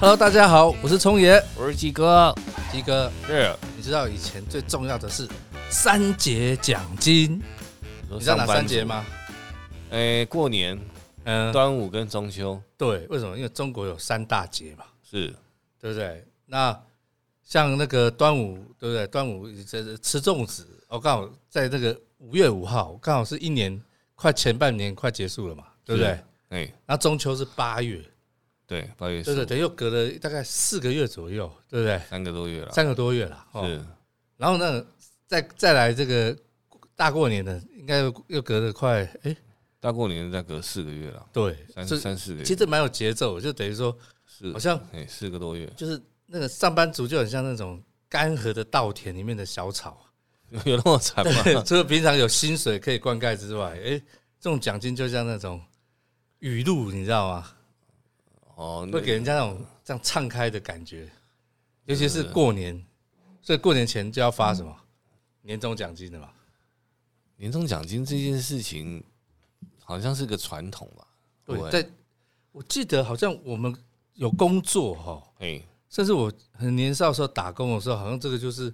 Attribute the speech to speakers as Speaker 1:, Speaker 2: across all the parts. Speaker 1: Hello，大家好，我是聪爷，
Speaker 2: 我是鸡哥，
Speaker 1: 鸡哥。
Speaker 2: 是
Speaker 1: 你知道以前最重要的是三节奖金，
Speaker 2: 你
Speaker 1: 你知道哪三节？吗？
Speaker 2: 哎，过年、
Speaker 1: 嗯，
Speaker 2: 端午跟中秋
Speaker 1: 对，为什么？因为中国有三大节嘛，
Speaker 2: 是
Speaker 1: 对不对？那像那个端午，对不对？端午这这吃粽子，我刚好在那个五月五号，刚好是一年快前半年快结束了嘛，对不对？？
Speaker 2: 是哎，
Speaker 1: 那中秋是八月，
Speaker 2: 对，八月
Speaker 1: 对
Speaker 2: 十
Speaker 1: 不对？
Speaker 2: 五，
Speaker 1: 等于又隔了大概四个月左右，对不对？
Speaker 2: 三个多月了，
Speaker 1: 三个多月了，哦，
Speaker 2: 是
Speaker 1: 然后呢，再再来这个大过年的，应该又又隔了快哎、
Speaker 2: 大过年再隔四个月了，
Speaker 1: 对，
Speaker 2: 三
Speaker 1: 这
Speaker 2: 三四个
Speaker 1: 其
Speaker 2: 月，
Speaker 1: 实蛮有节奏，就等于说
Speaker 2: 是
Speaker 1: 好像
Speaker 2: 哎四个多月，
Speaker 1: 就是那个上班族就很像那种干涸的稻田里面的小草，啊
Speaker 2: 有那么惨吗？
Speaker 1: 除了平常有薪水可以灌溉之外，哎、这种奖金就像那种雨露，你知道吗？
Speaker 2: 哦，那
Speaker 1: 会给人家那种这样敞开的感觉，尤其是过年，所以过年前就要发什么年终奖金的嘛。
Speaker 2: 年终奖金这件事情好像是个传统吧？
Speaker 1: 对，
Speaker 2: 不会
Speaker 1: 在我记得好像我们有工作哈，
Speaker 2: 哎，
Speaker 1: 甚至我很年少的时候打工的时候，好像这个就是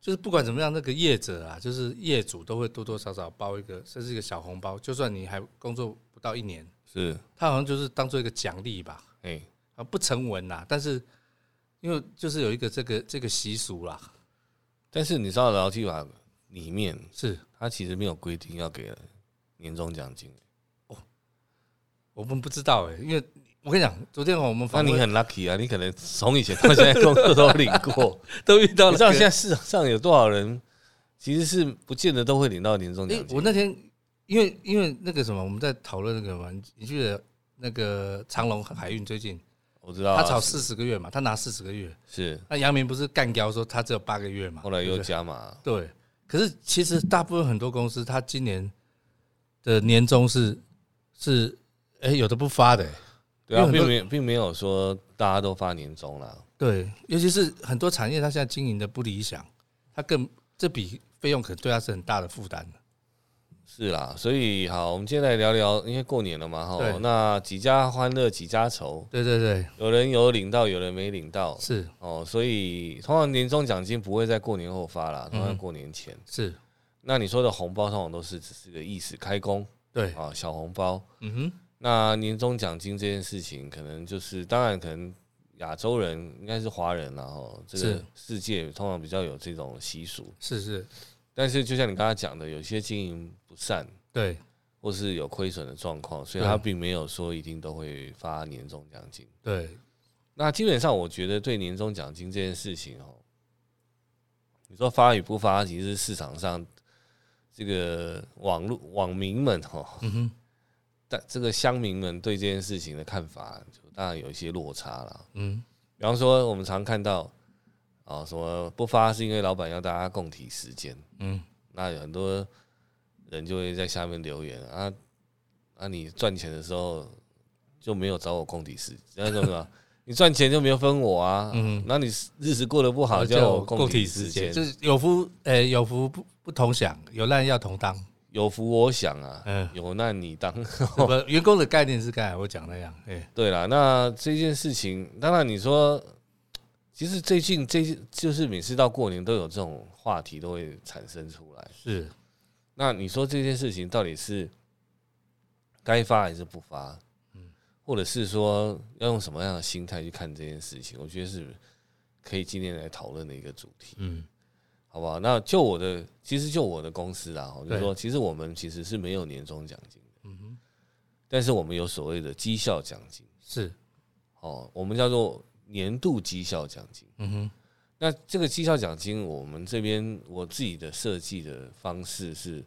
Speaker 1: 就是不管怎么样，那个业者啊，就是业主都会多多少少包一个，甚至一个小红包，就算你还工作不到一年，
Speaker 2: 是
Speaker 1: 他好像就是当做一个奖励吧，
Speaker 2: 哎，
Speaker 1: 啊，不成文啦，但是。因为就是有一个这个这个习俗啦，
Speaker 2: 但是你知道劳基法里面，
Speaker 1: 是
Speaker 2: 它其实没有规定要给年终奖金，
Speaker 1: 我们不知道哎、因为我跟你讲，昨天我们
Speaker 2: 那
Speaker 1: 访
Speaker 2: 你
Speaker 1: 问
Speaker 2: 很 lucky 啊，你可能从以前到现在工作都领过。
Speaker 1: 都遇到了
Speaker 2: 你知道
Speaker 1: 这个
Speaker 2: 现在市场上有多少人，其实是不见得都会领到年终
Speaker 1: 哎、
Speaker 2: 奖金。
Speaker 1: 我那天因为因为那个什么，我们在讨论那个嘛，你你记得那个长隆海运最近
Speaker 2: 我知道啊
Speaker 1: 他炒四十个月嘛，他拿四十个月，
Speaker 2: 是
Speaker 1: 那杨明不是干掉说他只有八个月嘛，
Speaker 2: 后来又
Speaker 1: 对不
Speaker 2: 加码，
Speaker 1: 对对，可是其实大部分很多公司，他今年的年终是是哎、有的不发的、
Speaker 2: 对啊
Speaker 1: 因，为很
Speaker 2: 并
Speaker 1: 多
Speaker 2: 没有并没有说大家都发年终啦。
Speaker 1: 对，尤其是很多产业，它现在经营的不理想，它更这笔费用可能对它是很大的负担的。
Speaker 2: 是啦，所以好，我们今天来聊聊，因为过年了嘛，哈
Speaker 1: 对，
Speaker 2: 那几家欢乐几家愁，
Speaker 1: 对对对，
Speaker 2: 有人有领到，有人没领到，
Speaker 1: 是
Speaker 2: 哦，所以通常年终奖金不会在过年后发啦，通
Speaker 1: 嗯
Speaker 2: 常在过年前。
Speaker 1: 是，
Speaker 2: 那你说的红包通常都是只是个意思，开工
Speaker 1: 对，
Speaker 2: 啊，小红包，
Speaker 1: 嗯
Speaker 2: 那年终奖金这件事情，可能就是当然，可能亚洲人应该是华人然后这个
Speaker 1: 是
Speaker 2: 世界通常比较有这种习俗
Speaker 1: 哼，。是是，
Speaker 2: 但是就像你刚才讲的，有些经营不善
Speaker 1: 对。
Speaker 2: 或是有亏损的状况，所以
Speaker 1: 对
Speaker 2: 他并没有说一定都会发年终奖金。
Speaker 1: 对，
Speaker 2: 那基本上，我觉得对年终奖金这件事情哦，你说发与不发，其实是市场上这个网络网民们哦，
Speaker 1: 嗯哼，
Speaker 2: 但这个乡民们对这件事情的看法，就当然有一些落差啦。
Speaker 1: 嗯，
Speaker 2: 比方说，我们常看到啊、什么不发是因为老板要大家共体时间，
Speaker 1: 嗯，
Speaker 2: 那有很多人就会在下面留言啊，啊，你赚钱的时候就没有找我共体时，那叫什么？你赚钱就没有分我啊，嗯，那你日子过得不好，叫我共体时间，
Speaker 1: 就是有福，呃，有福不不同享，有难要同 当。
Speaker 2: 有福我享啊，
Speaker 1: 嗯，
Speaker 2: 有难你当。
Speaker 1: 不，员工的概念是刚才我讲那样，哎、
Speaker 2: 对啦，那这件事情，当然你说，其实最近这就是每次到过年都有这种话题都会产生出来。
Speaker 1: 是，
Speaker 2: 那你说这件事情到底是该发还是不发？嗯，或者是说要用什么样的心态去看这件事情？我觉得是可以今天来讨论的一个主题，
Speaker 1: 嗯，
Speaker 2: 好不好？那就我的，其实就我的公司啦，哦我就
Speaker 1: 对
Speaker 2: 说，其实我们其实是没有年终奖金的，嗯但是我们有所谓的绩效奖金。
Speaker 1: 是，
Speaker 2: 哦，我们叫做年度绩效奖金。
Speaker 1: 嗯哼，
Speaker 2: 那这个绩效奖金，我们这边我自己的设计的方式是，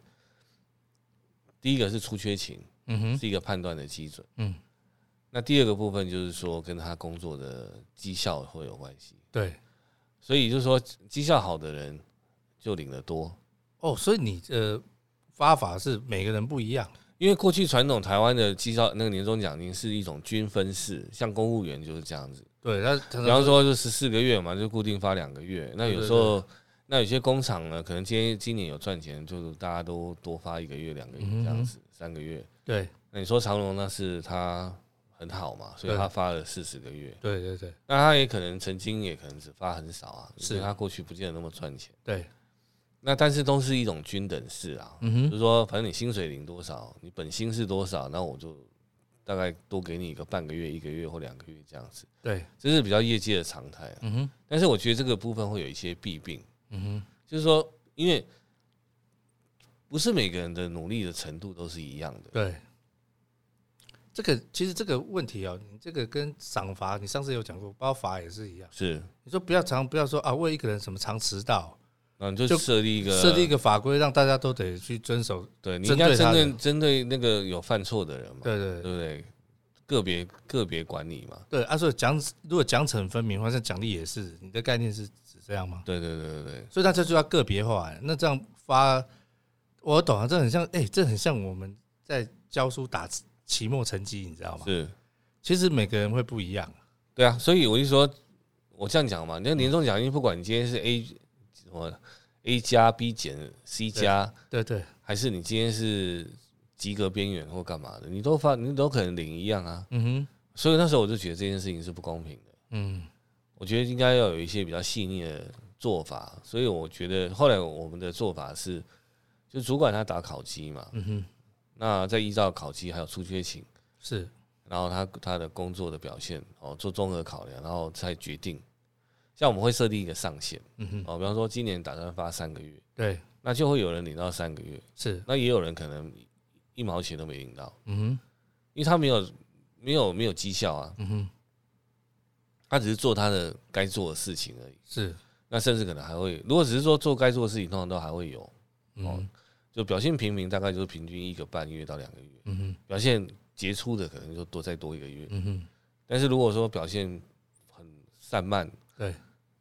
Speaker 2: 第一个是出缺勤，
Speaker 1: 嗯哼，
Speaker 2: 是一个判断的基准。
Speaker 1: 嗯，
Speaker 2: 那第二个部分就是说跟他工作的绩效会有关系，
Speaker 1: 对。
Speaker 2: 所以就是说绩效好的人就领得多，
Speaker 1: 哦，所以你呃发法是每个人不一样，
Speaker 2: 因为过去传统台湾的绩效那个年终奖金是一种均分式，像公务员就是这样子。
Speaker 1: 对，他他
Speaker 2: 比方说就十四个月嘛，就固定发两个月。那
Speaker 1: 对
Speaker 2: 有时候，那有些工厂呢，可能今天今年有赚钱，就是大家
Speaker 1: 嗯
Speaker 2: 都多发一个月、两个月这样子，三个月。
Speaker 1: 对
Speaker 2: 那你说长隆那是他很好嘛，所以
Speaker 1: 对
Speaker 2: 他发了四十个月。
Speaker 1: 对对对
Speaker 2: 那他也可能曾经也可能只发很少啊，
Speaker 1: 是
Speaker 2: 因为他过去不见得那么赚钱。
Speaker 1: 对，
Speaker 2: 那但是都是一种均等式啊，
Speaker 1: 嗯
Speaker 2: 就
Speaker 1: 哼，
Speaker 2: 是说反正你薪水领多少，你本薪是多少，那我就大概多给你一个半个月、一个月或两个月这样子，
Speaker 1: 对，
Speaker 2: 这是比较业界的常态啊、
Speaker 1: 嗯哼，
Speaker 2: 但是我觉得这个部分会有一些弊病，
Speaker 1: 嗯哼，
Speaker 2: 就是说，因为不是每个人的努力的程度都是一样的。
Speaker 1: 对。这个其实这个问题哦，你这个跟赏罚，你上次有讲过，包括罚也是一样。
Speaker 2: 是，
Speaker 1: 你说不要常不要说啊，为一个人什么常迟到，
Speaker 2: 那你就
Speaker 1: 就
Speaker 2: 设立一个
Speaker 1: 设立一个法规，让大家都得去遵守。
Speaker 2: 对，你应
Speaker 1: 针
Speaker 2: 该
Speaker 1: 对
Speaker 2: 针
Speaker 1: 他的
Speaker 2: 对针对那个有犯错的人嘛，
Speaker 1: 对对对
Speaker 2: 对不对？个别个别管理嘛，
Speaker 1: 对，啊，所以奖如果奖惩分明，或者奖励也是，你的概念是指这样吗？
Speaker 2: 对对对对对，
Speaker 1: 所以那这就要个别化。那这样发，我懂啊，这很像，哎、这很像我们在教书打期末成绩，你知道吗？
Speaker 2: 是，
Speaker 1: 其实每个人会不一样，
Speaker 2: 对啊，所以我就说，我这样讲嘛，那年终奖金不管你今天是 A 什么 A 加 B 减 C 加，
Speaker 1: 对对
Speaker 2: 还是你今天是及格边缘或干嘛的，你都发你都可能领一样啊。
Speaker 1: 嗯
Speaker 2: 所以那时候我就觉得这件事情是不公平的，
Speaker 1: 哼，嗯，
Speaker 2: 我觉得应该要有一些比较细腻的做法。所以我觉得后来我们的做法是，就主管他打考绩嘛，
Speaker 1: 嗯哼，
Speaker 2: 那再依照考绩还有出缺勤，
Speaker 1: 是，
Speaker 2: 然后他他的工作的表现哦做综合考量，然后再决定。像我们会设定一个上限
Speaker 1: 嗯哼，
Speaker 2: 哦，比方说今年打算发三个月，
Speaker 1: 对，
Speaker 2: 那就会有人领到三个月，
Speaker 1: 是，
Speaker 2: 那也有人可能一毛钱都没领到，
Speaker 1: 嗯哼，
Speaker 2: 因为他没有没有没有绩效啊，
Speaker 1: 嗯哼，
Speaker 2: 他只是做他的该做的事情而已。
Speaker 1: 是，
Speaker 2: 那甚至可能还会，如果只是说做该做的事情，通常都还会有，哦
Speaker 1: 嗯
Speaker 2: 就表现平民大概就是平均一个半月到两个月，
Speaker 1: 嗯哼，
Speaker 2: 表现杰出的可能就多再多一个月。
Speaker 1: 嗯哼，
Speaker 2: 但是如果说表现很散漫，
Speaker 1: 对，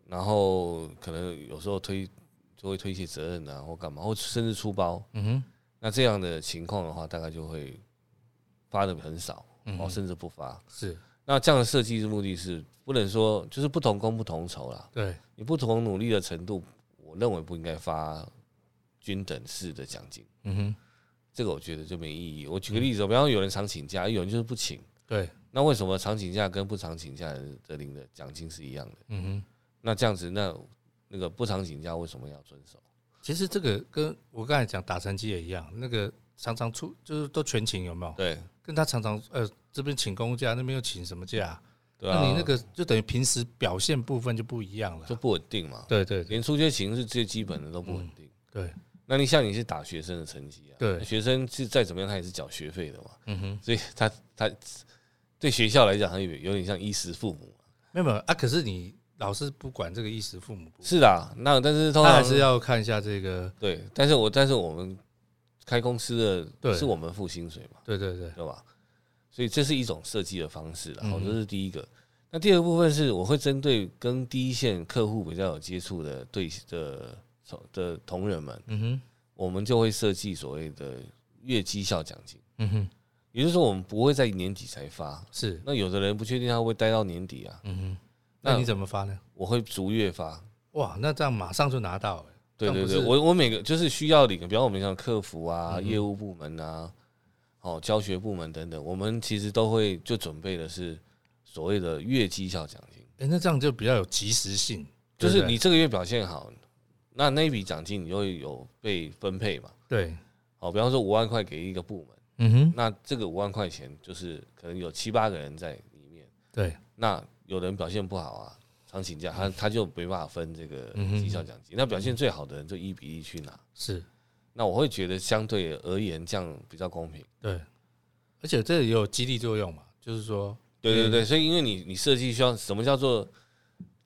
Speaker 2: 然后可能有时候推就会推卸责任啊，或干嘛，或甚至出包，
Speaker 1: 嗯哼，
Speaker 2: 那这样的情况的话，大概就会发的很少，
Speaker 1: 嗯
Speaker 2: 哦，
Speaker 1: 哼，
Speaker 2: 甚至不发。
Speaker 1: 是，
Speaker 2: 那这样的设计的目的是不能说就是不同工不同酬啦，
Speaker 1: 对，
Speaker 2: 你不同努力的程度，我认为不应该发均等式的奖金，
Speaker 1: 嗯哼，
Speaker 2: 这个我觉得就没意义。我举个例子
Speaker 1: 嗯
Speaker 2: 哦，比方说有人常请假，有人就是不请，
Speaker 1: 对，
Speaker 2: 那为什么常请假跟不常请假的领的奖金是一样的？
Speaker 1: 嗯哼。
Speaker 2: 那这样子，那那个不常请假为什么要遵守？
Speaker 1: 其实这个跟我刚才讲打成绩也一样，那个常常出就是都全勤有没有？
Speaker 2: 对
Speaker 1: 跟他常常呃这边请公假，那边又请什么假？
Speaker 2: 对啊，
Speaker 1: 那你那个就等于平时表现部分就不一样了
Speaker 2: 就。不稳定嘛，嗯
Speaker 1: 对对对
Speaker 2: 连出缺勤是最基本的都不稳定。
Speaker 1: 对，
Speaker 2: 那你像你是打学生的成绩啊，
Speaker 1: 对
Speaker 2: 学生是再怎么样他也是缴学费的嘛，
Speaker 1: 嗯哼，
Speaker 2: 所以他他对学校来讲，他有有点像衣食父母。
Speaker 1: 没有没有啊，可是你老师不管这个衣食父母不，
Speaker 2: 是啦，那但嗯是通
Speaker 1: 他
Speaker 2: 常
Speaker 1: 还是要看一下这个。
Speaker 2: 对，但是我但是我们开公司的
Speaker 1: 对
Speaker 2: 是我们付薪水嘛，
Speaker 1: 对对对，
Speaker 2: 对吧？所以这是一种设计的方式啦，
Speaker 1: 嗯
Speaker 2: 好，这是第一个。那第二个部分是，我会针对跟第一线客户比较有接触的对的的同仁们，
Speaker 1: 嗯哼，
Speaker 2: 我们就会设计所谓的月绩效奖金，
Speaker 1: 嗯哼，
Speaker 2: 也就是说，我们不会在年底才发。
Speaker 1: 是，
Speaker 2: 那有的人不确定他会不会待到年底啊，
Speaker 1: 嗯哼，
Speaker 2: 那
Speaker 1: 那你怎么发呢？
Speaker 2: 我会逐月发。
Speaker 1: 哇，那这样马上就拿到了。
Speaker 2: 对
Speaker 1: 这样不
Speaker 2: 对对，
Speaker 1: 是
Speaker 2: 我我每个就是需要领，比方我们像客服
Speaker 1: 嗯
Speaker 2: 啊、
Speaker 1: 哼
Speaker 2: 业务部门啊、哦教学部门等等，我们其实都会就准备的是所谓的月绩效奖金，
Speaker 1: 哎，那这样就比较有及时性，
Speaker 2: 就
Speaker 1: 对
Speaker 2: 是
Speaker 1: 不对
Speaker 2: 你这个月表现好，那那一笔奖金你就会有被分配嘛。
Speaker 1: 对，
Speaker 2: 哦，比方说五万块给一个部门，
Speaker 1: 嗯哼，
Speaker 2: 那这个五万块钱就是可能有七八个人在里面，
Speaker 1: 对，
Speaker 2: 那有人表现不好啊，常请假，他他就没办法分这个
Speaker 1: 嗯哼
Speaker 2: 绩效奖金。那表现最好的人就一比一去拿。
Speaker 1: 是，
Speaker 2: 那我会觉得相对而言这样比较公平。
Speaker 1: 对，而且这也有激励作用嘛，就是说，
Speaker 2: 对对
Speaker 1: 嗯
Speaker 2: 对，所以因为你你设计需要什么叫做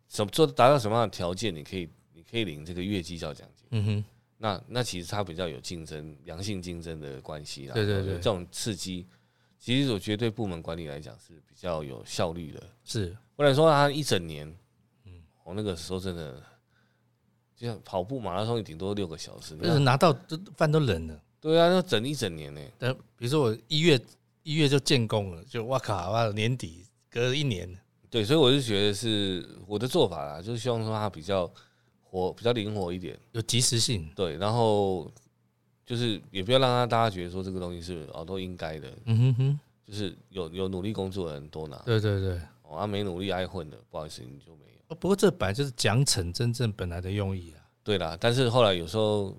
Speaker 2: 什么做达到什么样的条件，你可以你可以领这个月绩效奖金。
Speaker 1: 嗯哼，
Speaker 2: 那那其实它比较有竞争良性竞争的关系啦。
Speaker 1: 对对对
Speaker 2: 我觉得这种刺激，其实我觉得对部门管理来讲是比较有效率的。
Speaker 1: 是，
Speaker 2: 不然说他一整年，嗯，我那个时候真的。就像跑步马拉松，也顶多六个小时。你
Speaker 1: 就是
Speaker 2: 看
Speaker 1: 拿到都饭都冷了。
Speaker 2: 对啊，那整一整年呢、
Speaker 1: 但比如说我一月一月就建工了，就哇靠，哇年底隔了一年，
Speaker 2: 对，所以我就觉得是我的做法啦，就是希望说它比较活、比较灵活一点，
Speaker 1: 有及时性。
Speaker 2: 对，然后就是也不要让他大家觉得说这个东西是哦都应该的，
Speaker 1: 嗯哼哼，
Speaker 2: 就是有有努力工作的人多拿，
Speaker 1: 对对对。
Speaker 2: 哦，啊没努力爱混的，不好意思你就没有。
Speaker 1: 哦不过这本来就是奖惩真正本来的用意啊。
Speaker 2: 对啦，但是后来有时候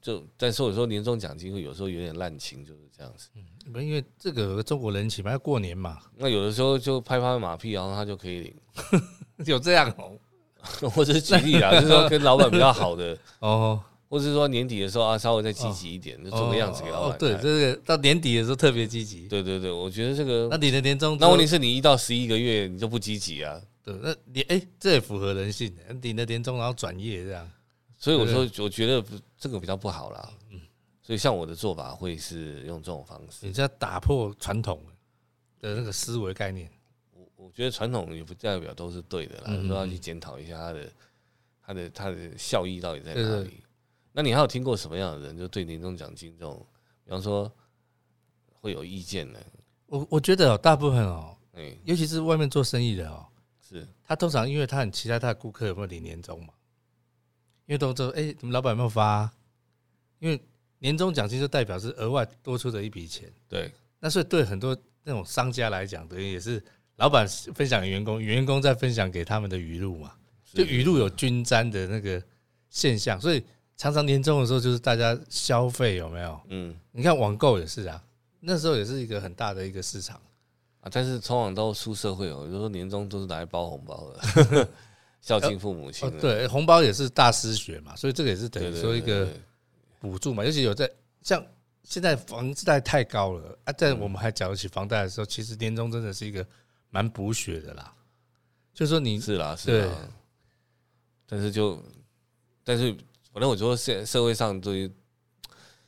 Speaker 2: 就，但是有时候年终奖金会有时候有点滥情，就是这样子。
Speaker 1: 不因为这个有个中国人情嘛，要过年嘛，
Speaker 2: 那有的时候就拍拍马屁，然后他就可以领。
Speaker 1: 有这样哦。
Speaker 2: 我只是举 例啦，就是说跟老板比较好的，
Speaker 1: 哦，
Speaker 2: 或者是说年底的时候啊，稍微再积极一点，就做个样子给老
Speaker 1: 哦
Speaker 2: 板看。
Speaker 1: 对，这个到年底的时候特别积极。
Speaker 2: 对对对，我觉得这个
Speaker 1: 那，你的年终之
Speaker 2: 那
Speaker 1: 后，
Speaker 2: 问题是你一到十一个月你就不积极啊，
Speaker 1: 对，那你哎，这也符合人性的，你的年终然后转业这样。
Speaker 2: 所以我
Speaker 1: 对
Speaker 2: 说我觉得这个比较不好啦。嗯所以像我的做法会是用这种方式。
Speaker 1: 你这样打破传统的那个思维概念。
Speaker 2: 我我觉得传统也不代表都是对的啦，
Speaker 1: 嗯
Speaker 2: 都要去检讨一下它的它的它的效益到底在
Speaker 1: 对
Speaker 2: 哪
Speaker 1: 对
Speaker 2: 里。那你还有听过什么样的人就对年终奖金这种，比方说会有意见呢？
Speaker 1: 我我觉得、哦、大部分哦，
Speaker 2: 哎、
Speaker 1: 尤其是外面做生意的哦，
Speaker 2: 是
Speaker 1: 他通常因为他很期待他的顾客有没有领年终嘛，因为都说哎，诶你们老板有没有发啊、因为年终奖金就代表是额外多出的一笔钱，
Speaker 2: 对
Speaker 1: 那所以对很多那种商家来讲，等于也是老板分享给员工，员工再分享给他们的语录嘛，就是语录有均沾的那个现象，所以常常年终的时候就是大家消费有没有？
Speaker 2: 嗯
Speaker 1: 你看网购也是啊，那时候也是一个很大的一个市场。
Speaker 2: 啊，但是通常都出社会哦，有时候年终都是拿来包红包的， 孝敬父母亲
Speaker 1: 哦
Speaker 2: 的、，
Speaker 1: 对，红包也是大失血嘛，所以这个也是等
Speaker 2: 对
Speaker 1: 于
Speaker 2: 对
Speaker 1: 说一
Speaker 2: 对
Speaker 1: 个
Speaker 2: 对
Speaker 1: 补助嘛。尤其有在像现在房贷太高了啊，在我们还缴得起房贷的时候，其实年终真的是一个蛮补血的啦。就是说你
Speaker 2: 是啦是啦
Speaker 1: 对，
Speaker 2: 但是就但是反正我觉得社社会上对于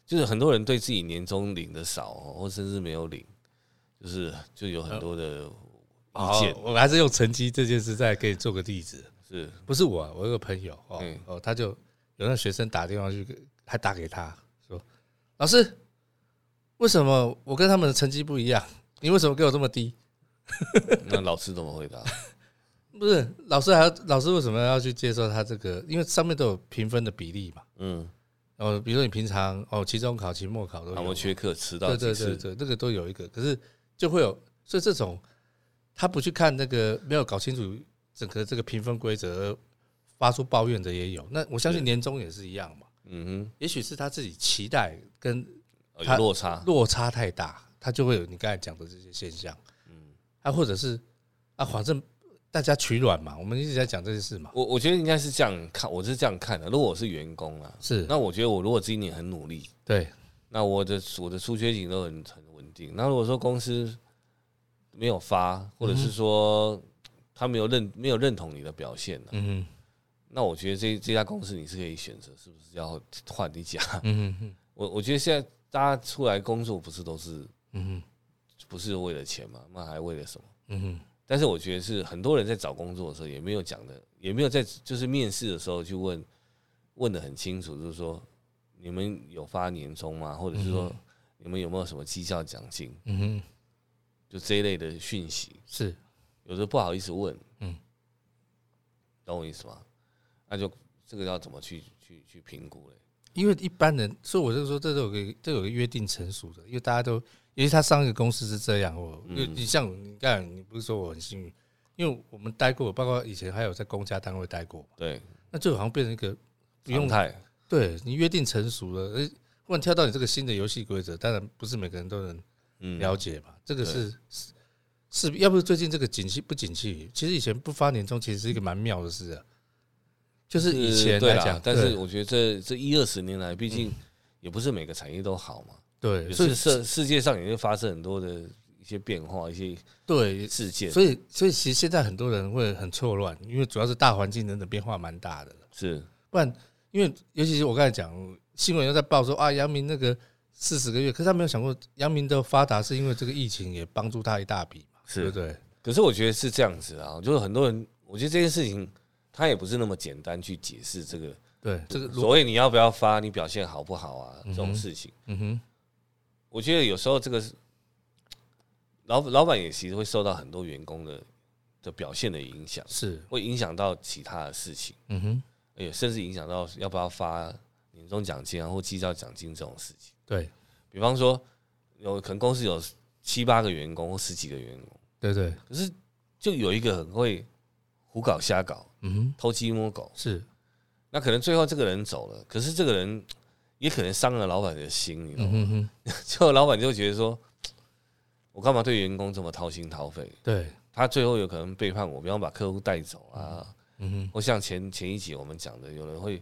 Speaker 2: 就是很多人对自己年终领的少哦，或甚至没有领，就是就有
Speaker 1: 呃
Speaker 2: 很多的意
Speaker 1: 好
Speaker 2: 见，
Speaker 1: 哦我还是用成绩这件事再给你做个例子。
Speaker 2: 是
Speaker 1: 不是我啊，我有个朋友哦、
Speaker 2: 嗯
Speaker 1: 哦，他就有那学生打电话去给，还打给他说：“老师，为什么我跟他们的成绩不一样？你为什么给我这么低？
Speaker 2: 那老师怎么回答？
Speaker 1: 不是老师还要老师为什么要去接受他这个？因为上面都有评分的比例嘛。
Speaker 2: 嗯，啊
Speaker 1: 哦，比如说你平常哦，期中考、期末考都有
Speaker 2: 他们
Speaker 1: 嘛，
Speaker 2: 缺课迟到
Speaker 1: 对
Speaker 2: 几
Speaker 1: 对
Speaker 2: 次
Speaker 1: 对，对，那个都有一个，可是就会有，所以这种他不去看那个没有搞清楚整个这个评分规则，而发出抱怨的也有。那我相信年终也是一样嘛。
Speaker 2: 嗯
Speaker 1: 也许是他自己期待跟
Speaker 2: 哼，有
Speaker 1: 他
Speaker 2: 落差，
Speaker 1: 落差太大，他就会有你刚才讲的这些现象。嗯，啊，或者是啊，反正大家取暖嘛，我们一直在讲这些事嘛。
Speaker 2: 我我觉得应该是这样看，我是这样看的。如果我是员工啊，
Speaker 1: 是，
Speaker 2: 那我觉得我如果今年很努力，
Speaker 1: 对，
Speaker 2: 那我的我的出缺勤都很很稳定。那如果说公司没有发，或
Speaker 1: 嗯
Speaker 2: 者是说他没有认没有认同你的表现、啊、
Speaker 1: 嗯
Speaker 2: 那我觉得这这家公司你是可以选择是不是要换一家。
Speaker 1: 哼 嗯嗯
Speaker 2: 我我觉得现在大家出来工作不是都是
Speaker 1: 嗯
Speaker 2: 不是为了钱嘛？那还为了什么？
Speaker 1: 嗯嗯
Speaker 2: 但是我觉得是很多人在找工作的时候也没有讲的，也没有在就是面试的时候去问问的很清楚，就是说你们有发年终吗？或者是说你们有没有什么绩效奖金？
Speaker 1: 嗯哼，
Speaker 2: 就这一类的讯息，
Speaker 1: 是，
Speaker 2: 有时候不好意思问，
Speaker 1: 嗯，
Speaker 2: 懂我意思吗？那就这个要怎么去去去评估嘞？
Speaker 1: 因为一般人，所以我就说这都有个这有个约定成熟的，因为大家都，尤其他上一个公司是这样，我，
Speaker 2: 嗯
Speaker 1: 因为你像你刚才你不是说我很幸运，因为我们待过，包括以前还有在公家单位待过，
Speaker 2: 对，
Speaker 1: 那就好像变成一个不用
Speaker 2: 太
Speaker 1: 对你约定成熟了，诶，忽然跳到你这个新的游戏规则，当然不是每个人都能
Speaker 2: 嗯
Speaker 1: 了解嘛。这个是是是，要不是最近这个景气不景气，其实以前不发年终其实是一个蛮妙的事啊。就是以前
Speaker 2: 对
Speaker 1: 来
Speaker 2: 啦
Speaker 1: 讲，
Speaker 2: 但是
Speaker 1: 对嗯
Speaker 2: 我觉得这这一二十年来，毕竟也不是每个产业都好嘛，
Speaker 1: 对，
Speaker 2: 也
Speaker 1: 所以
Speaker 2: 是世世界上也会发生很多的一些变化，一些
Speaker 1: 对，
Speaker 2: 事件，
Speaker 1: 所以所以其实现在很多人会很错乱，因为主要是大环境等等变化蛮大的。
Speaker 2: 是
Speaker 1: 不然，因为尤其是我刚才讲，新闻又在报说啊，阳明那个四十个月，可是他没有想过，阳明的发达是因为这个疫情也帮助他一大笔嘛，对不对？
Speaker 2: 可是我觉得是这样子啊，就是很多人，我觉得这件事情他也不是那么简单去解释这个
Speaker 1: 对，这个
Speaker 2: 所谓你要不要发，你表现好不好啊，这种事情，
Speaker 1: 嗯哼，
Speaker 2: 我觉得有时候这个是老老板也其实会受到很多员工的的表现的影响，
Speaker 1: 是，
Speaker 2: 会影响到其他的事情，
Speaker 1: 嗯哼，
Speaker 2: 而且甚至影响到要不要发年终奖金啊或绩效奖金这种事情。
Speaker 1: 对，
Speaker 2: 比方说，有可能公司有七八个员工或十几个员工，
Speaker 1: 对对，
Speaker 2: 可是就有一个很会胡搞瞎搞、
Speaker 1: 嗯，
Speaker 2: 偷鸡摸狗，
Speaker 1: 是，
Speaker 2: 那可能最后这个人走了，可是这个人也可能伤了老板的心，你知
Speaker 1: 嗯
Speaker 2: 道 吗？
Speaker 1: 哼哼，
Speaker 2: 就老板就觉得说，我干嘛对员工这么掏心掏肺？
Speaker 1: 对，
Speaker 2: 他最后有可能背叛我，比方把客户带走啊，
Speaker 1: 嗯哼，
Speaker 2: 或像前前一集我们讲的，有人会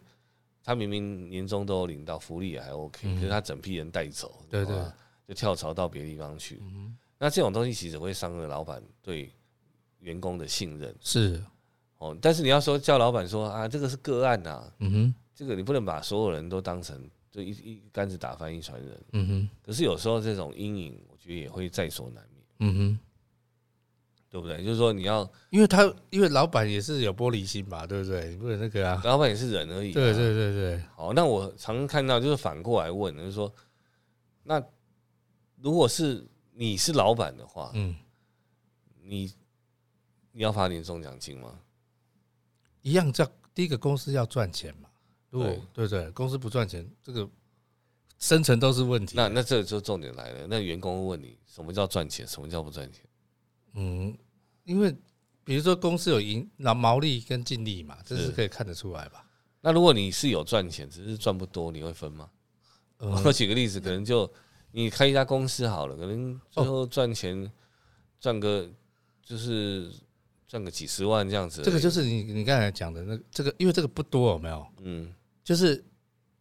Speaker 2: 他明明年终都有领到福利也还 OK，、
Speaker 1: 嗯
Speaker 2: 可是他整批人带走，
Speaker 1: 对
Speaker 2: 你知道吗就跳槽到别的地方去。
Speaker 1: 嗯
Speaker 2: 那这种东西其实会伤了老板对员工的信任
Speaker 1: 是，
Speaker 2: 哦。但是你要说叫老板说啊，这个是个案呐、啊，
Speaker 1: 嗯哼，
Speaker 2: 这个你不能把所有人都当成就一一竿子打翻一船人。
Speaker 1: 嗯哼，
Speaker 2: 可是有时候这种阴影，我觉得也会在所难免，
Speaker 1: 嗯哼，
Speaker 2: 对不对？就是说你要
Speaker 1: 因为他因为老板也是有玻璃心吧，对不对？你不能那个啊，
Speaker 2: 老板也是人而已、啊，
Speaker 1: 对对对对，
Speaker 2: 好，那我常看到就是反过来问，就是说，那如果是你是老板的话，
Speaker 1: 嗯，
Speaker 2: 你你要发年终奖金吗？
Speaker 1: 一样叫第一个公司要赚钱嘛，如果对
Speaker 2: 对
Speaker 1: 对，公司不赚钱，这个生存都是问题。
Speaker 2: 那那这就重点来了，那员工会问你什么叫赚钱，什么叫不赚钱？
Speaker 1: 嗯，因为比如说公司有盈那毛利跟净利嘛，这是
Speaker 2: 是
Speaker 1: 可以看得出来吧？
Speaker 2: 那如果你是有赚钱，只是赚不多，你会分吗？
Speaker 1: 嗯，
Speaker 2: 我举个例子，可能就你开一家公司好了，可
Speaker 1: 哦
Speaker 2: 能最后赚钱赚个就是赚个几十万这样子而已，
Speaker 1: 这个就是你你刚才讲的那个这个，因为这个不多有没有？
Speaker 2: 嗯，
Speaker 1: 就是
Speaker 2: 只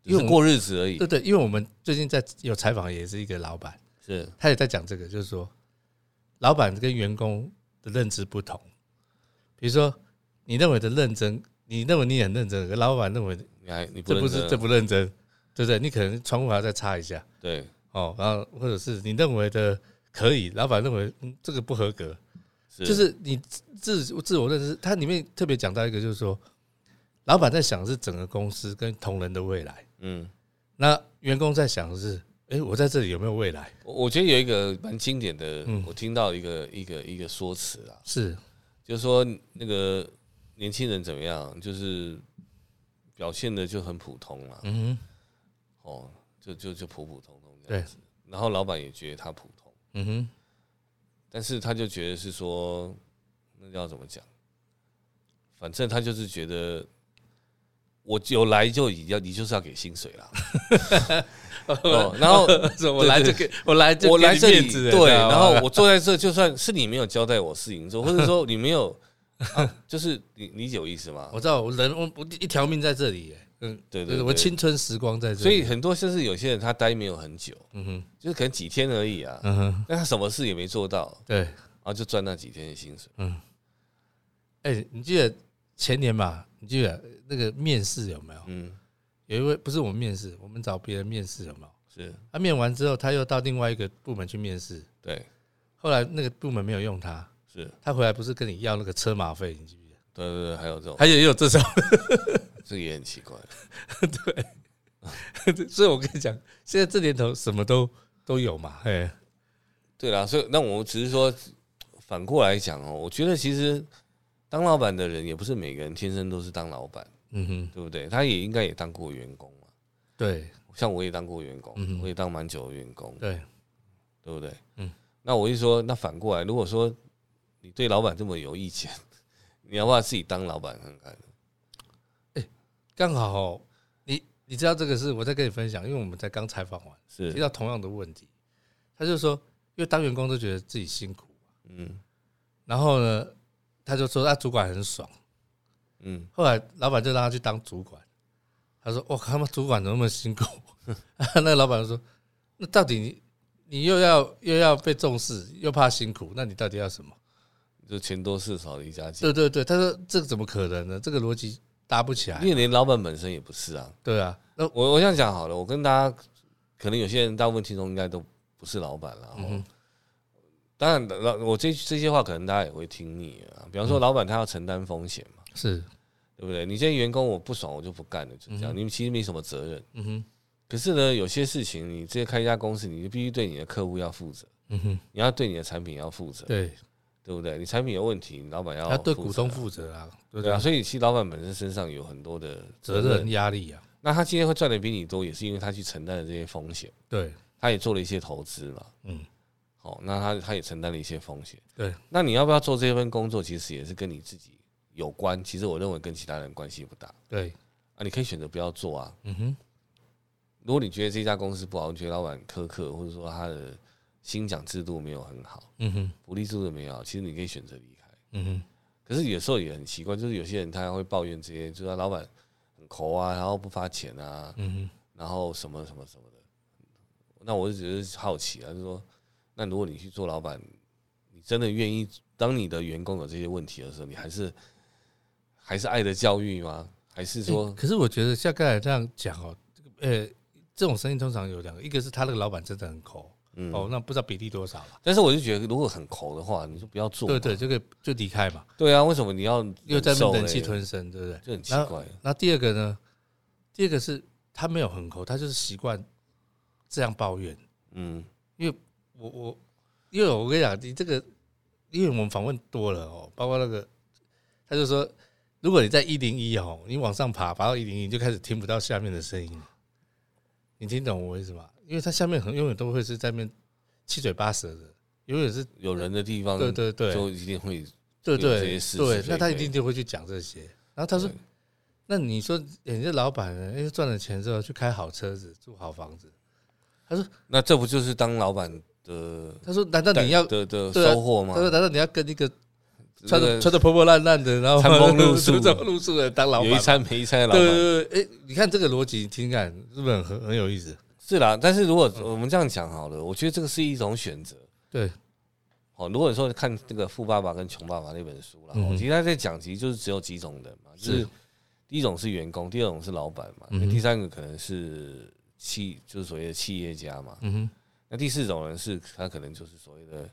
Speaker 1: 因为
Speaker 2: 是
Speaker 1: 我
Speaker 2: 过日子而已
Speaker 1: 对，对，因为我们最近在有采访，也是一个老板，
Speaker 2: 是
Speaker 1: 他也在讲这个，就是说老板跟员工的认知不同。比如说，你认为的认真，你认为你很认真，可老板认为
Speaker 2: 你还你不
Speaker 1: 这不是
Speaker 2: 认
Speaker 1: 这
Speaker 2: 真啊
Speaker 1: 不认真，对不对？你可能窗户还要再擦一下
Speaker 2: 对。
Speaker 1: 哦，然后或者是你认为的可以，老板认为、嗯、这个不合格，
Speaker 2: 是
Speaker 1: 就是你自自我认知。它里面特别讲到一个，就是说，老板在想的是整个公司跟同仁的未来，
Speaker 2: 嗯，
Speaker 1: 那员工在想的是，哎、我在这里有没有未来？
Speaker 2: 我我觉得有一个蛮经典的，
Speaker 1: 嗯
Speaker 2: 我听到一个一个一个说辞啊，
Speaker 1: 是，
Speaker 2: 就是说那个年轻人怎么样，就是表现的就很普通嘛，
Speaker 1: 嗯
Speaker 2: 哦，就就就普普通通
Speaker 1: 哼，
Speaker 2: 这样
Speaker 1: 对
Speaker 2: 子。，然后老板也觉得他普通，
Speaker 1: 嗯哼。
Speaker 2: 但是他就觉得是说，那要怎么讲？反正他就是觉得。我有来就已要，你就是要给 薪水啦。哦，然后
Speaker 1: 说我来这个，我来这
Speaker 2: 我来这里，对，然后
Speaker 1: 我
Speaker 2: 我坐在这，就算是你没有交代我事情做，或者说你没有，啊、就是你理解我意思吗？
Speaker 1: 我知道我人我我一条命在这里耶，嗯，
Speaker 2: 对
Speaker 1: 就
Speaker 2: 对
Speaker 1: 是
Speaker 2: 对，
Speaker 1: 我青春时光在这里，
Speaker 2: 所以很多就是有些人他待没有很久，
Speaker 1: 嗯哼，
Speaker 2: 就是可能几天而已啊，
Speaker 1: 嗯哼，
Speaker 2: 但他什么事也没做到，
Speaker 1: 对，
Speaker 2: 然后就赚那几天的薪水。
Speaker 1: 嗯哎、你记得前年嘛？你记得那个面试有没有？
Speaker 2: 嗯，
Speaker 1: 有一位不是我们面试，我们找别人面试有没有？
Speaker 2: 是
Speaker 1: 他面完之后，他又到另外一个部门去面试，
Speaker 2: 对，
Speaker 1: 后来那个部门没有用他，
Speaker 2: 是
Speaker 1: 他回来不是跟你要那个车马费？你记不记得？
Speaker 2: 对对对，还有 这种，
Speaker 1: 他也有这种，
Speaker 2: 这个也很奇怪。
Speaker 1: 所以我跟你讲，现在这年头什么都都有嘛，哎，
Speaker 2: 对啦，所以那我只是说，反过来讲哦，我觉得其实当老板的人也不是每个人天生都是当老板，
Speaker 1: 嗯哼，
Speaker 2: 对不对？他也应该也当过员工嘛。
Speaker 1: 对
Speaker 2: 像我也当过员工，
Speaker 1: 嗯哼嗯
Speaker 2: 我也当蛮久的员工，
Speaker 1: 对，
Speaker 2: 对不对？
Speaker 1: 嗯，
Speaker 2: 那我就说，那反过来，如果说你对老板这么有意见， 你要不要自己当老板看看？
Speaker 1: 刚好哦你你知道这个是我在跟你分享，因为我们在刚采访完，提
Speaker 2: 是，
Speaker 1: 到同样的问题，他就说，因为当员工都觉得自己辛苦，
Speaker 2: 嗯
Speaker 1: 然后呢，他就说啊，主管很爽。
Speaker 2: 嗯，
Speaker 1: 后来老板就让他去当主管，他说：“我靠，他们主管怎么那么辛苦？” 那个老板就说：“那到底你你又要又要被重视，又怕辛苦，那你到底要什么
Speaker 2: 就钱多事少离家？”近，
Speaker 1: 对对对，他说：“这个怎么可能呢？这个逻辑搭不起
Speaker 2: 因
Speaker 1: 来。
Speaker 2: 为连老板本身也不是啊。”
Speaker 1: 对啊，那
Speaker 2: 我我这样讲好了，我跟大家，可能有些人大部分听众应该都不是老板了。哦当然，老我这这些话可能大家也会听腻了啊。比方说，老板他要承担风险嘛，
Speaker 1: 是
Speaker 2: 对不对？你这些员工我不爽，我就不干了，就这样。你们其实没什么责任。
Speaker 1: 嗯哼
Speaker 2: 可是呢，有些事情你直接开一家公司，你就必须对你的客户要负责，
Speaker 1: 嗯哼，
Speaker 2: 你要对你的产品要负责，
Speaker 1: 对，
Speaker 2: 对不对？你产品有问题，你老板要
Speaker 1: 他对
Speaker 2: 负责
Speaker 1: 股东负责啊，对
Speaker 2: 对啊，
Speaker 1: 啊，
Speaker 2: 所以其实老板本身身上有很多的
Speaker 1: 责
Speaker 2: 责任
Speaker 1: 任。压力啊，
Speaker 2: 那他今天会赚的比你多，也是因为他去承担了这些风险，
Speaker 1: 对，
Speaker 2: 他也做了一些投资嘛。
Speaker 1: 嗯，
Speaker 2: 好、那他他也承担了一些风险。
Speaker 1: 对，
Speaker 2: 那你要不要做这份工作，其实也是跟你自己有关。其实我认为跟其他人关系不大
Speaker 1: 对，
Speaker 2: 啊，你可以选择不要做啊。
Speaker 1: 嗯哼，
Speaker 2: 如果你觉得这家公司不好，你觉得老板苛刻，或者说他的薪奖制度没有很好，
Speaker 1: 嗯哼，
Speaker 2: 福利制度没有好，其实你可以选择离开。
Speaker 1: 嗯哼，
Speaker 2: 可是有时候也很奇怪，就是有些人他会抱怨这些，就是老板很抠啊，然后不发钱啊，
Speaker 1: 嗯
Speaker 2: 然后什么什么什么的。那我就只是好奇啊，就说，那如果你去做老板，你真的愿意当你的员工有这些问题的时候，你还是还是爱的教育吗？还是
Speaker 1: 哼。
Speaker 2: 说，
Speaker 1: 欸可是我觉得像刚才这样讲哦，这个呃，这种生意通常有两个，一个是他那个老板真的很抠、
Speaker 2: 嗯？
Speaker 1: 哦，那不知道比例多少了。
Speaker 2: 但是我就觉得，如果很抠的话，你就不要做
Speaker 1: 对
Speaker 2: 嘛。
Speaker 1: 对，这个就离开嘛，
Speaker 2: 对啊，为什么你要
Speaker 1: 又在那
Speaker 2: 忍受
Speaker 1: 边忍气
Speaker 2: 嘞
Speaker 1: 吞声，对不对？
Speaker 2: 就很奇怪。
Speaker 1: 那第二个呢？第二个是他没有很抠，他就是习惯这样抱怨。
Speaker 2: 嗯，
Speaker 1: 我我，因为我跟你讲，你这个，因为我们访问多了哦，包括那个，他就说，如果你在一零一哦，你往上爬，爬到一零一，你就开始听不到下面的声音了。你听懂我意思吗？因为它下面很永远都会是在面七嘴八舌的，永远是
Speaker 2: 有人的地方，
Speaker 1: 对对对
Speaker 2: 就一定会
Speaker 1: 对
Speaker 2: 嗯有这
Speaker 1: 对
Speaker 2: 些事
Speaker 1: 对
Speaker 2: 是，
Speaker 1: 那他
Speaker 2: 非
Speaker 1: 一定就会去讲这些。然后他说
Speaker 2: 对：“
Speaker 1: 那你说，欸你这老板呢？因为赚了钱之后去开好车子，住好房子。
Speaker 2: 那这不就是当老板的
Speaker 1: 他说：难道你要？
Speaker 2: 的的
Speaker 1: 对啊
Speaker 2: 收获吗
Speaker 1: 他？说：难道你要跟一个
Speaker 2: 这
Speaker 1: 穿
Speaker 2: 个
Speaker 1: 的穿的破破烂烂的，然后
Speaker 2: 餐风露宿
Speaker 1: 出 走露宿的当老板
Speaker 2: 有一
Speaker 1: 吗？
Speaker 2: 餐没一餐的老
Speaker 1: 对
Speaker 2: 板
Speaker 1: 对对对，哎，你看这个逻辑，听感是不是很很很有意思？
Speaker 2: 是啦。但是如果我
Speaker 1: 嗯
Speaker 2: 们这样讲好了，我觉得这个是一种选择。
Speaker 1: 对，
Speaker 2: 哦，如果你说看这个《富爸爸跟穷爸爸》那本书啦，
Speaker 1: 嗯
Speaker 2: 哦
Speaker 1: 哼
Speaker 2: 其实他在讲，其实就是只有几种人嘛，就是是第一种是员工，第二种是老板嘛，
Speaker 1: 嗯
Speaker 2: 那
Speaker 1: 哼
Speaker 2: 第三个可能是企，就是所谓的企业家嘛，
Speaker 1: 嗯哼，
Speaker 2: 那第四种人是他可能就是所谓的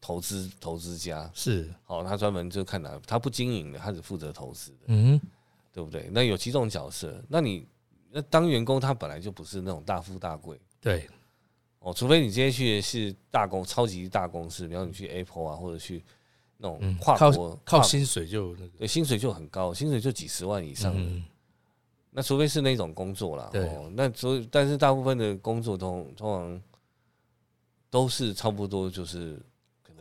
Speaker 2: 投资投资家，
Speaker 1: 是，
Speaker 2: 好，他专门就看哪，他不经营的，他只负责投资的，
Speaker 1: 嗯哼，
Speaker 2: 对不对？那有几种角色，那你那当员工，他本来就不是那种大富大贵
Speaker 1: 对，
Speaker 2: 哦，除非你今天去的是大公超级大公司，比方你去 Apple 啊，或者去那种
Speaker 1: 嗯
Speaker 2: 跨国、
Speaker 1: 靠
Speaker 2: 跨
Speaker 1: 薪水就那个
Speaker 2: 对薪水就很高，薪水就几十万以上的。
Speaker 1: 嗯，
Speaker 2: 那除非是那种工作啦，
Speaker 1: 对
Speaker 2: 哦，那所以但是大部分的工作通通常都是差不多就是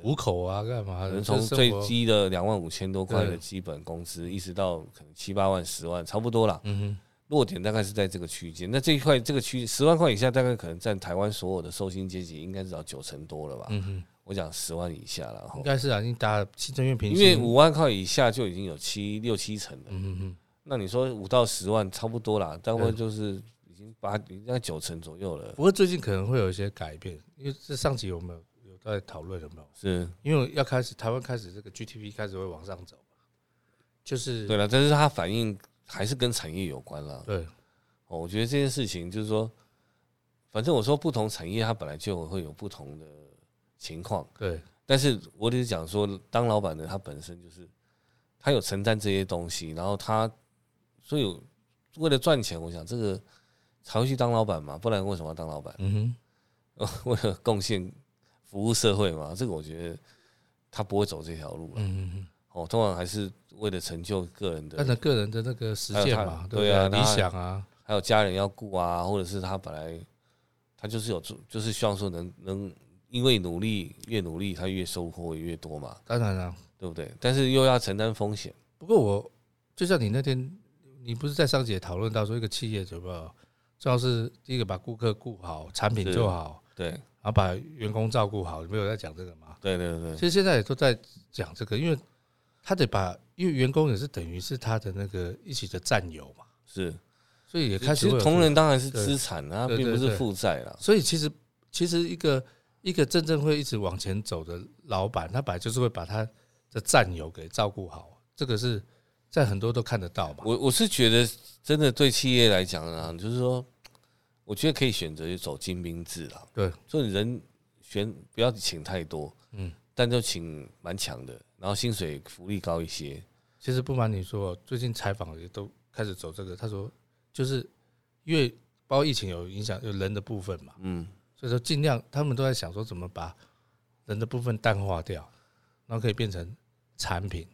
Speaker 1: 糊口啊，干嘛
Speaker 2: 可
Speaker 1: 的？
Speaker 2: 能从
Speaker 1: 这生
Speaker 2: 最
Speaker 1: 活，
Speaker 2: 低的两万五千多块的
Speaker 1: 对
Speaker 2: 基本工资，一直到可能七八万、十万，差不多啦。
Speaker 1: 嗯哼，
Speaker 2: 落点大概是在这个区间。那这一块这个区十万块以下，大概可能占台湾所有的受薪阶级应该至少九成多了吧。
Speaker 1: 嗯哼，
Speaker 2: 我讲十万以下了，
Speaker 1: 应
Speaker 2: 吼
Speaker 1: 该是啊，你打新政院平
Speaker 2: 因
Speaker 1: 均，
Speaker 2: 为五万块以下就已经有七六七成了。
Speaker 1: 嗯哼哼，
Speaker 2: 那你说五到十万，差不多啦，大概就是已经八应该九成左右了
Speaker 1: 不。过最近可能会有一些改变，因为这上集我们有有在讨论有没有？
Speaker 2: 是
Speaker 1: 因为要开始台湾开始这个 GTP 开始会往上走，就是
Speaker 2: 对了，但是它反映还是跟产业有关啦。
Speaker 1: 对
Speaker 2: 哦，我觉得这件事情就是说，反正我说不同产业它本来就会有不同的情况，
Speaker 1: 对
Speaker 2: 但是我只是讲说，当老板的他本身就是他有承担这些东西，然后他所以为了赚钱，我想这个才会去当老板嘛，不然为什么要当老板？
Speaker 1: 嗯哼，
Speaker 2: 为了贡献服务社会嘛，这个我觉得他不会走这条路了。
Speaker 1: 嗯嗯
Speaker 2: 哦，通常还是为了成就个人
Speaker 1: 嗯，按照
Speaker 2: 的，
Speaker 1: 个人的那个实
Speaker 2: 还有
Speaker 1: 践
Speaker 2: 他
Speaker 1: 嘛，
Speaker 2: 对
Speaker 1: 对
Speaker 2: 啊
Speaker 1: 不对
Speaker 2: 然
Speaker 1: 理
Speaker 2: 后
Speaker 1: 想啊，
Speaker 2: 还有家人要顾啊，或者是他本来他就是有做，就是希望说能能因为努力越努力，他越收获越多嘛，
Speaker 1: 当然啊。
Speaker 2: 对不对？但是又要承担风险，
Speaker 1: 不过我就像你那天，你不是在上集也讨论到说，一个企业怎么重要是第一个把顾客顾好，产品
Speaker 2: 是
Speaker 1: 做好，
Speaker 2: 对
Speaker 1: 然后把员工照顾好，你没有在讲这个吗？
Speaker 2: 对对对
Speaker 1: 其实现在也都在讲这个，因为他得把，因为员工也是等于是他的那个一起的战友嘛，
Speaker 2: 是。
Speaker 1: 所以也开
Speaker 2: 其
Speaker 1: 始会
Speaker 2: 实
Speaker 1: 有
Speaker 2: 同仁当然是
Speaker 1: 对
Speaker 2: 资产啊，
Speaker 1: 对
Speaker 2: 并不
Speaker 1: 对
Speaker 2: 是
Speaker 1: 对
Speaker 2: 负债啦。
Speaker 1: 所以其实其实一个一个真正会一直往前走的老板，他本来就是会把他的战友给照顾好，这个是在很多都看得到嘛。
Speaker 2: 我我是觉得，真的对企业来讲啊，就是说，我觉得可以选择走精兵制啦。
Speaker 1: 对，
Speaker 2: 所以人选不要请太多，
Speaker 1: 嗯，
Speaker 2: 但就请蛮强的，然后薪水福利高一些。
Speaker 1: 其实不瞒你说，最近采访也都开始走这个，他说就是因为包括疫情有影响，有人的部分嘛，
Speaker 2: 嗯，
Speaker 1: 所以说尽量他们都在想说怎么把人的部分淡化掉，然后可以变成产品，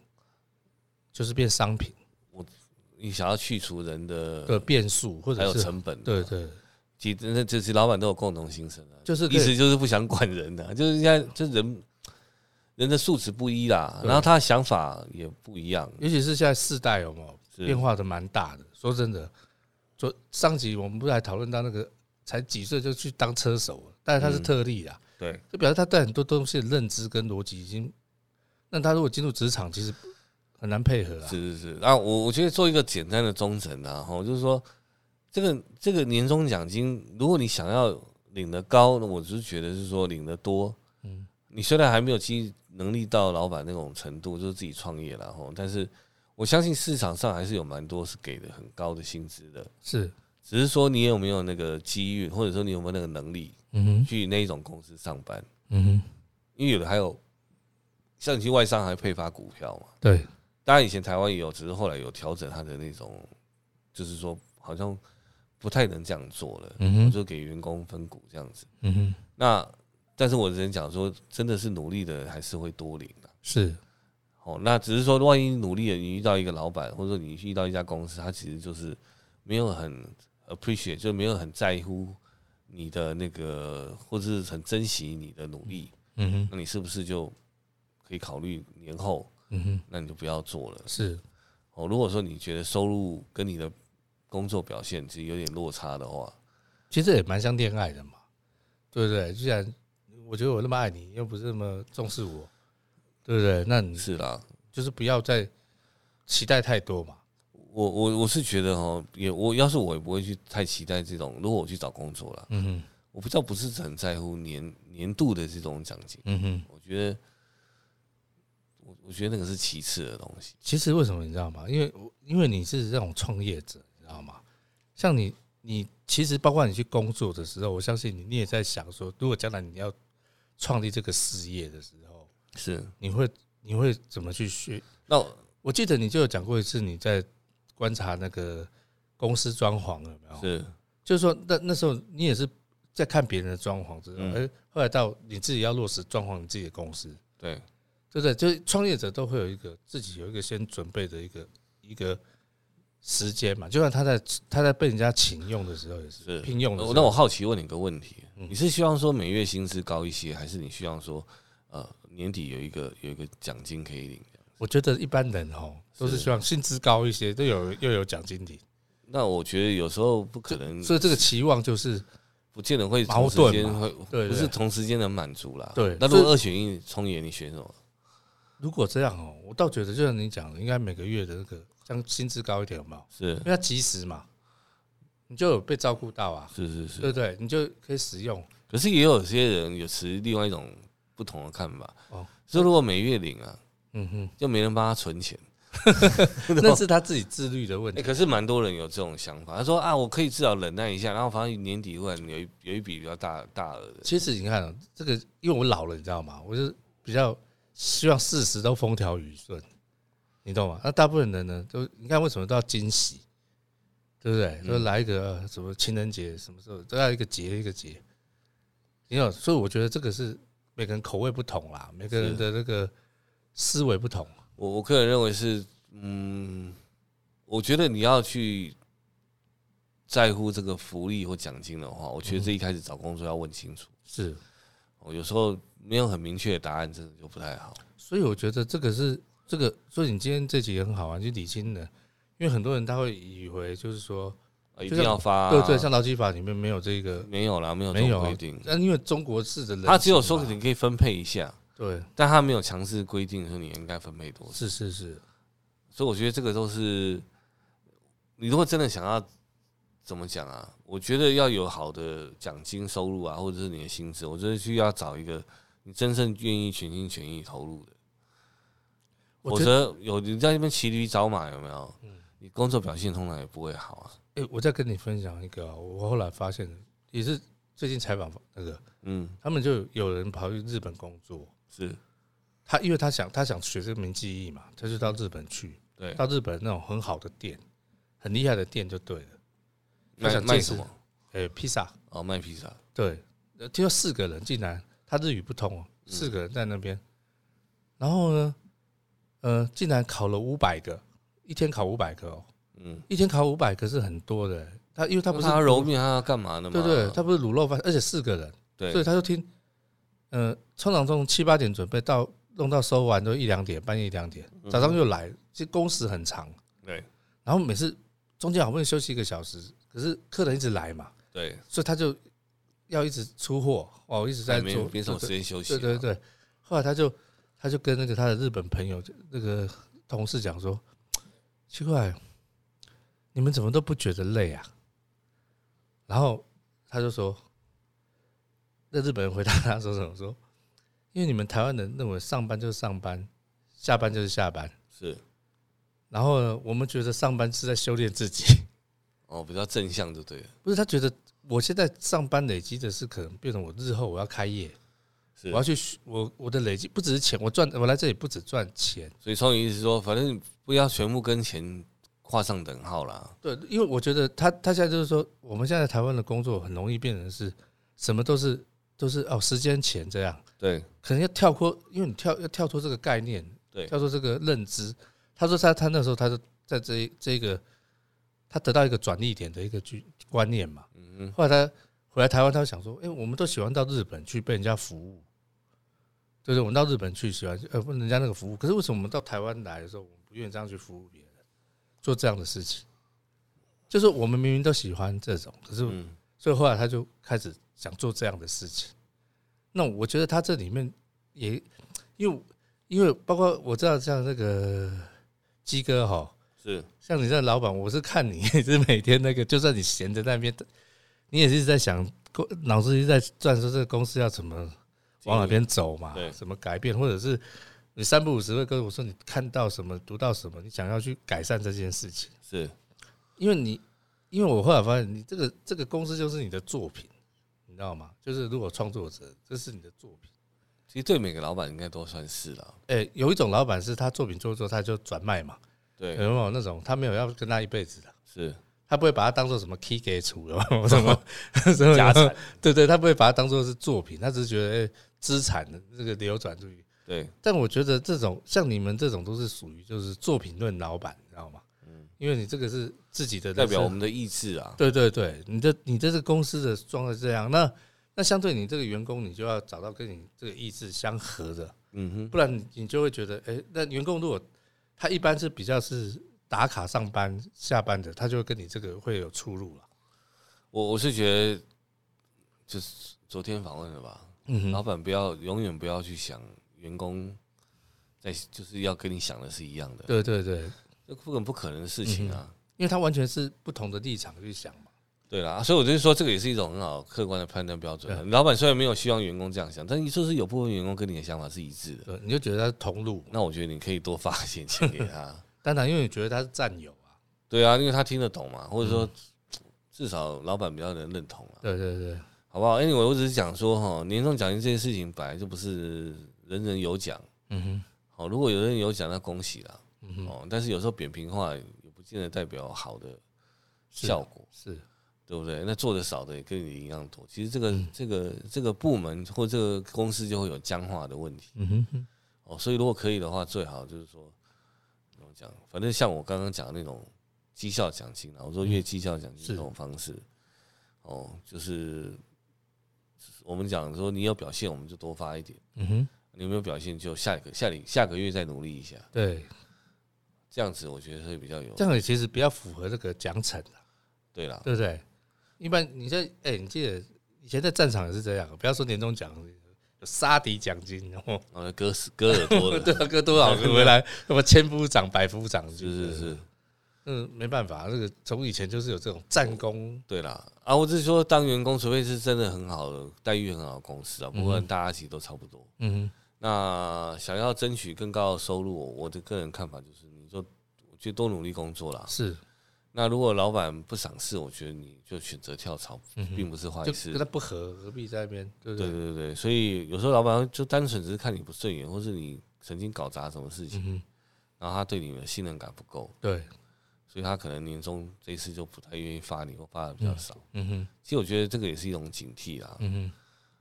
Speaker 1: 就是变商品
Speaker 2: 你想要去除人
Speaker 1: 的
Speaker 2: 的
Speaker 1: 变数或
Speaker 2: 呃还
Speaker 1: 者
Speaker 2: 有
Speaker 1: 是
Speaker 2: 成本，
Speaker 1: 对对
Speaker 2: 其实那就是老板都有共同心声啊，
Speaker 1: 就是可以
Speaker 2: 意思就是不想管人的、就是现在就人人的素质不一啦，
Speaker 1: 对
Speaker 2: 然后他的想法也不一样，
Speaker 1: 尤其是现在世代有没有
Speaker 2: 是
Speaker 1: 变化的蛮大的？说真的，昨上集我们不是还讨论到那个才几岁就去当车手了，但是他是
Speaker 2: 嗯
Speaker 1: 特例啦，啊
Speaker 2: 对，
Speaker 1: 就表示他对很多东西的认知跟逻辑已经，那他如果进入职场，其实很难配合啊。
Speaker 2: 是是是。那我我觉得做一个简单的忠诚啊，吼，就是说这个这个年终奖金，如果你想要领得高，那我只是觉得是说领得多，
Speaker 1: 嗯
Speaker 2: 你虽然还没有经能力到老板那种程度，就是自己创业了吼，但是我相信市场上还是有蛮多是给的很高的薪资的，
Speaker 1: 是，
Speaker 2: 只是说你有没有那个机遇，或者说你有没有那个能力
Speaker 1: 嗯哼，
Speaker 2: 去那一种公司上班，
Speaker 1: 嗯哼，
Speaker 2: 因为有的还有像你去外商还配发股票嘛，
Speaker 1: 对，
Speaker 2: 当然以前台湾也有，只是后来有调整它的那种，就是说好像不太能这样做了，我
Speaker 1: 嗯哼，
Speaker 2: 就给员工分股这样子。
Speaker 1: 嗯哼，
Speaker 2: 那但是我只能讲说，真的是努力的还是会多领的、
Speaker 1: 是，
Speaker 2: 哦，那只是说，万一努力了，你遇到一个老板，或者说你遇到一家公司，他其实就是没有很 appreciate，就没有很在乎你的那个，或是很珍惜你的努力，
Speaker 1: 嗯哼，
Speaker 2: 那你是不是就可以考虑年后，
Speaker 1: 嗯哼，
Speaker 2: 那你就不要做了？
Speaker 1: 是，
Speaker 2: 哦，如果说你觉得收入跟你的工作表现其实有点落差的话，
Speaker 1: 其实也蛮像恋爱的嘛，对不对？既然我觉得我那么爱你，又不是那么重视我，对不对？那你
Speaker 2: 是啦，
Speaker 1: 就是不要再期待太多嘛。
Speaker 2: 我我我是觉得哦，也我要是我也不会去太期待这种，如果我去找工作啦，
Speaker 1: 嗯哼，
Speaker 2: 我不知道不是很在乎年年度的这种奖金。
Speaker 1: 嗯哼。
Speaker 2: 我觉得，我我觉得那个是其次的东西。
Speaker 1: 其实为什么你知道吗？因为我因为你是这种创业者，你知道吗？像你，你其实包括你去工作的时候，我相信你，你也在想说，如果将来你要创立这个事业的时候，
Speaker 2: 是，
Speaker 1: 你会你会怎么去学？
Speaker 2: 那我
Speaker 1: 我记得你就有讲过一次，你在观察那个公司装潢有没有？
Speaker 2: 是
Speaker 1: 就是说那那时候你也是在看别人的装潢之后，哎、
Speaker 2: 嗯
Speaker 1: 后来到你自己要落实装潢你自己的公司，
Speaker 2: 对，
Speaker 1: 对不对？就是创业者都会有一个自己有一个先准备的一个一个时间嘛，就算他在他在被人家请用的时候也是
Speaker 2: 是
Speaker 1: 聘用的时
Speaker 2: 呃
Speaker 1: 候，嗯
Speaker 2: 那我好奇问你个问题：你是希望说每月薪资高一些，还是你希望说，呃，年底有一个有一个奖金可以领？
Speaker 1: 我觉得一般人哦都是希望薪资高一些，都有又有奖金领，
Speaker 2: 那我觉得有时候不可能，
Speaker 1: 所以这个期望就是
Speaker 2: 不见得会
Speaker 1: 矛
Speaker 2: 同时
Speaker 1: 盾
Speaker 2: 间
Speaker 1: 嘛
Speaker 2: 会，
Speaker 1: 对对
Speaker 2: 不是同时间能满足啦。
Speaker 1: 对
Speaker 2: 那如
Speaker 1: 所
Speaker 2: 果二选一，聪爷你选什么？
Speaker 1: 如果这样哦，我倒觉得就像你讲的，应该每个月的那个像薪资高一点有没有？
Speaker 2: 是
Speaker 1: 因为它及时嘛，你就有被照顾到啊，
Speaker 2: 是是
Speaker 1: 对
Speaker 2: 是，
Speaker 1: 不对？你就可以使用。
Speaker 2: 可是也有些人有持另外一种不同的看法
Speaker 1: 哦，
Speaker 2: 说如果每月领啊，
Speaker 1: 嗯哼，
Speaker 2: 就没人帮他存钱。哦
Speaker 1: 那是他自己自律的问
Speaker 2: 哎、
Speaker 1: 题。
Speaker 2: 可是蛮多人有这种想法，他说啊，我可以至少忍耐一下，然后反正年底忽然有一有一笔比较大大额的，
Speaker 1: 其实你看、哦，这个，因为我老了，你知道吗？我就比较希望事实都风调雨顺，你懂吗？那大部分人呢，都你看为什么都要惊喜，对不对？
Speaker 2: 嗯
Speaker 1: 都来一个、呃什么情人节，什么时候都要一个节一个节。你有，所以我觉得这个是每个人口味不同啦，每个人
Speaker 2: 是
Speaker 1: 的那个思维不同。
Speaker 2: 我我个人认为是，嗯，我觉得你要去在乎这个福利或奖金的话，我
Speaker 1: 嗯
Speaker 2: 觉得这一开始找工作要问清楚。
Speaker 1: 是，
Speaker 2: 哦，有时候没有很明确的答案，真的就不太好。
Speaker 1: 所以我觉得这个是这个，所以你今天这集也很好玩，就理清了，因为很多人他会以为就是说，
Speaker 2: 啊一
Speaker 1: 就
Speaker 2: 定要发、
Speaker 1: 对对，像劳基法里面没有这个，
Speaker 2: 没有啦，没有这
Speaker 1: 没有
Speaker 2: 种
Speaker 1: 啊
Speaker 2: 规定，
Speaker 1: 那因为中国式的人性嘛，
Speaker 2: 他只有说你可以分配一下，
Speaker 1: 对，
Speaker 2: 但他没有强制规定说你应该分配多少。
Speaker 1: 是是是，
Speaker 2: 所以我觉得这个都是，你如果真的想要怎么讲啊，我觉得要有好的奖金收入啊，或者是你的薪资，我觉得需要找一个你真正愿意全心全意投入的。
Speaker 1: 我
Speaker 2: 否
Speaker 1: 觉得，嗯
Speaker 2: 则有你在那边骑驴找马有没有？你工作表现通常也不会好啊。
Speaker 1: 哎，我再跟你分享一个啊，我后来发现也是最近采访那个，
Speaker 2: 嗯，
Speaker 1: 他们就有人跑去日本工作，
Speaker 2: 是
Speaker 1: 他因为他想他想学这个名技艺嘛，他就到日本去，
Speaker 2: 对。
Speaker 1: 到日本那种很好的店，很厉害的店就对了，他
Speaker 2: 卖
Speaker 1: 想
Speaker 2: 卖
Speaker 1: 见识
Speaker 2: 什么？
Speaker 1: 哎，披萨。
Speaker 2: 哦，卖披萨。
Speaker 1: 对，呃听说四个人竟然他日语不通哦，四个人在那边，然后呢，呃，竟然考了五百个，一天考五百个哦，
Speaker 2: 嗯，
Speaker 1: 一天考五百个是很多的欸，他他因为他不是
Speaker 2: 他揉面，他要干嘛呢嘛？
Speaker 1: 对对，他不是卤肉饭，而且四个人，
Speaker 2: 对
Speaker 1: 所以他就听，呃，通常从七八点准备到弄到收完都一两点，半夜一两点，
Speaker 2: 嗯
Speaker 1: 早上又来，其实工时很长，
Speaker 2: 对
Speaker 1: 然后每次中间好不容易休息一个小时，可是客人一直来嘛，
Speaker 2: 对，
Speaker 1: 所以他就要一直出货哦，一直在
Speaker 2: 还哎没有
Speaker 1: 做，
Speaker 2: 没什么时
Speaker 1: 对
Speaker 2: 间休息
Speaker 1: 对
Speaker 2: 啊。
Speaker 1: 对对，后来他就他就跟那个他的日本朋友那个同事讲说，奇怪，你们怎么都不觉得累啊？然后他就说，那日本人回答他说什么？说，因为你们台湾人认为上班就是上班，下班就是下班，
Speaker 2: 是
Speaker 1: 然后呢，我们觉得上班是在修炼自己。
Speaker 2: 哦，比较正向就对了。
Speaker 1: 不是他觉得我现在上班累积的是可能变成我日后我要开业，
Speaker 2: 是
Speaker 1: 我要去学我我的累积不只是钱，我赚我来这里不只赚钱，
Speaker 2: 所以双鱼意思说，反正不要全部跟钱画上等号啦。
Speaker 1: 对，因为我觉得他他现在就是说，我们现在台湾的工作很容易变成是什么都是都是哦时间钱这样，
Speaker 2: 对
Speaker 1: 可能要跳脱，因为你跳要跳脱这个概念，
Speaker 2: 对
Speaker 1: 跳脱这个认知。他说他他那时候他就在这一这个，他得到一个转捩点的一个句观念嘛。嗯后来他回来台湾，他就想说，哎、我们都喜欢到日本去被人家服务，对对，我们到日本去喜欢呃不人家那个服务，可是为什么我们到台湾来的时候，我们不愿意这样去服务别人，做这样的事情？就是我们明明都喜欢这种，可是
Speaker 2: 嗯，
Speaker 1: 所以后来他就开始想做这样的事情。那我觉得他这里面也，因为因为包括我知道像那个鸡哥哈，
Speaker 2: 是
Speaker 1: 像你这样的老板，我是看你 也是每天那个，就算你闲在那边，你也是在想，脑子一直在转，说这个公司要怎么往哪边走嘛
Speaker 2: 对，
Speaker 1: 怎么改变，或者是你三不五时会跟我说你看到什么、读到什么，你想要去改善这件事情。
Speaker 2: 是
Speaker 1: 因为你，因为我后来发现，你这个这个公司就是你的作品，你知道吗？就是如果创作者，这是你的作品。
Speaker 2: 其实对每个老板应该都算是啦。
Speaker 1: 哎、有一种老板是他作品做做，他就转卖嘛，有没
Speaker 2: 对，
Speaker 1: 有那种他没有要跟他一辈子的，
Speaker 2: 是
Speaker 1: 他不会把它当做什么 key 给出了 什么 什么
Speaker 2: 家产，
Speaker 1: 对对，他不会把它当做是作品，他只是觉得哎资、产的这个流转出去。
Speaker 2: 对
Speaker 1: 但我觉得这种像你们这种都是属于就是作品论老板，你知道吗？因为你这个是自己的
Speaker 2: 嗯代表
Speaker 1: 人生
Speaker 2: 我们的意志啊。
Speaker 1: 对对对，你的你这个公司的状态是这样，那那相对你这个员工，你就要找到跟你这个意志相合的，
Speaker 2: 嗯哼，
Speaker 1: 不然你你就会觉得，哎、那员工如果他一般是比较是打卡上班下班的，他就会跟你这个会有出入了。
Speaker 2: 我我是觉得，就是昨天访问的吧，
Speaker 1: 嗯
Speaker 2: 老
Speaker 1: 哼，
Speaker 2: 板不要永远不要去想员工在就是要跟你想的是一样的，
Speaker 1: 对对对，
Speaker 2: 这根本不可能的事情啊。
Speaker 1: 因为他完全是不同的立场去想嘛。
Speaker 2: 对啦，啊所以我就说这个也是一种很好客观的判断标准啊。老板虽然没有希望员工这样想，但就是有部分员工跟你的想法是一致的，
Speaker 1: 对，你就觉得他是同路，
Speaker 2: 那我觉得你可以多发一些钱给他。
Speaker 1: 当然因为你觉得他是战友啊。
Speaker 2: 对啊，因为他听得懂嘛，或者说至少老板比较能认同啊，
Speaker 1: 对对对，
Speaker 2: 好不好？Anyway，我只是讲说哈，年终奖金这件事情本来就不是人人有奖，
Speaker 1: 嗯哼，
Speaker 2: 好，如果有人有奖，那恭喜啦。
Speaker 1: 嗯哼，
Speaker 2: 哦，但是有时候扁平化也不见得代表好的效果，
Speaker 1: 是，
Speaker 2: 对不对？那做的少的也跟你一样多，其实这
Speaker 1: 嗯
Speaker 2: 个、这个这个部门或这个公司就会有僵化的问题
Speaker 1: 嗯哼，
Speaker 2: 哦。所以如果可以的话，最好就是说怎么讲，反正像我刚刚讲的那种绩效奖金啊，我说月绩效奖金
Speaker 1: 嗯是
Speaker 2: 这种方式，哦，就是就是我们讲说你有表现，我们就多发一点；
Speaker 1: 嗯哼，
Speaker 2: 你没有表现，就下一个下里下个月再努力一下。
Speaker 1: 对，
Speaker 2: 这样子我觉得会比较有
Speaker 1: 这样也其实比较符合这个奖惩。
Speaker 2: 对啦，
Speaker 1: 对不对？一般你在哎、你记得以前在战场也是这样，不要说年终奖，有杀敌奖金， 然后
Speaker 2: 然后割死割耳 朵
Speaker 1: 对
Speaker 2: 的，
Speaker 1: 啊，割多少个回 来，什么千夫长、百夫长，
Speaker 2: 是是是，
Speaker 1: 嗯，没办法，这个从以前就是有这种战功，
Speaker 2: 对啦。啊，我只是说当员工，除非是真的很好的待遇很好的公司啊，不然大家其实都差不多。
Speaker 1: 嗯，
Speaker 2: 那想要争取更高的收入，我的个人看法就是，你就我觉得多努力工作啦。
Speaker 1: 是，
Speaker 2: 那如果老板不赏识，我觉得你就选择跳槽，并啊不是
Speaker 1: 嗯
Speaker 2: 坏
Speaker 1: 就
Speaker 2: 事
Speaker 1: 跟。他不合，何必在那边，对不
Speaker 2: 对
Speaker 1: 对？
Speaker 2: 对对，所以有时候老板就单纯只是看你不顺眼，或是你曾经搞砸什么事情，
Speaker 1: 嗯，
Speaker 2: 然后他对你的信任感不够，
Speaker 1: 对，
Speaker 2: 所以他可能年终这一次就不太愿意发你，或发的比较少。
Speaker 1: 嗯哼，
Speaker 2: 其实我觉得这个也是一种警惕啦，
Speaker 1: 嗯哼，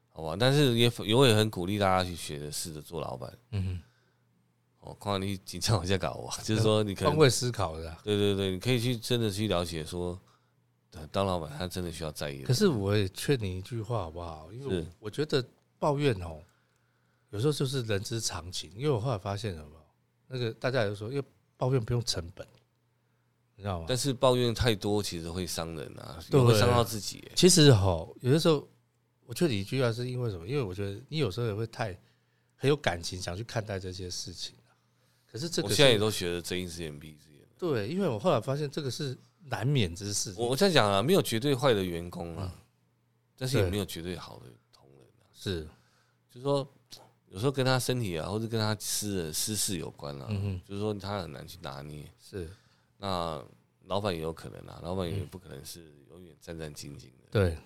Speaker 2: 好吧？但是也也会很鼓励大家去学着试着做老板。
Speaker 1: 嗯哼，
Speaker 2: 哦，况你 紧张往下搞啊，就是说你可
Speaker 1: 换
Speaker 2: 能
Speaker 1: 位思考的啊、
Speaker 2: 对对对，你可以去真的去了解说当老板他真的需要在意的。
Speaker 1: 可是我也劝你一句话好不好？因为
Speaker 2: 是
Speaker 1: 我觉得抱怨哦，有时候就是人之常情。因为我后来发现什么，那个大家有时候因为抱怨不用成本，你知道吗？
Speaker 2: 但是抱怨太多其实会伤人啊，也
Speaker 1: 对
Speaker 2: 会伤到自己耶、
Speaker 1: 其实哈，有的时候我劝你一句话，是因为什么？因为我觉得你有时候也会太很有感情，想去看待这些事情啊可是这个
Speaker 2: 我
Speaker 1: 是
Speaker 2: 现在也都学得睁一只眼闭一只眼。
Speaker 1: 对，因为我后来发现这个是难免之事。
Speaker 2: 我我在讲啊，没有绝对坏的员工啊，但是也
Speaker 1: 嗯对
Speaker 2: 没有绝对好的同仁啊。
Speaker 1: 是，
Speaker 2: 就是说，有时候跟他身体啊，或者跟他私人私事有关啊，
Speaker 1: 嗯哼，
Speaker 2: 就是说他很难去拿捏。
Speaker 1: 是
Speaker 2: 那老板也有可能啊，老板也不可能是永远战战兢兢的。
Speaker 1: 对，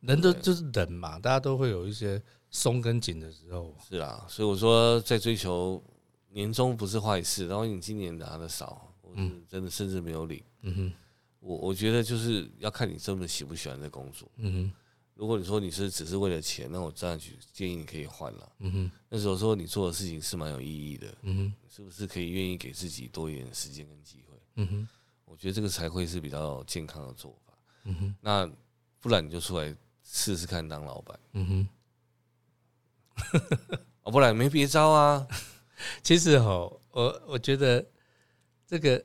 Speaker 1: 人都
Speaker 2: 对
Speaker 1: 就是人嘛，大家都会有一些松跟紧的时候。
Speaker 2: 是啦，所以我说在追求年终不是坏事，然后你今年拿的少，我是真的甚至没有领。
Speaker 1: 嗯哼，
Speaker 2: 我我觉得就是要看你真的喜不喜欢这工作。
Speaker 1: 嗯哼，
Speaker 2: 如果你说你是只是为了钱，那我当然去建议你可以换了。
Speaker 1: 嗯哼，
Speaker 2: 但是我说你做的事情是蛮有意义的，
Speaker 1: 嗯哼，
Speaker 2: 是不是可以愿意给自己多一点时间跟机会？
Speaker 1: 嗯哼，
Speaker 2: 我觉得这个才会是比较健康的做法。
Speaker 1: 嗯哼，
Speaker 2: 那不然你就出来试试看当老板
Speaker 1: 嗯哼。
Speaker 2: 啊，不然没别招啊。
Speaker 1: 其实哈，我我觉得这个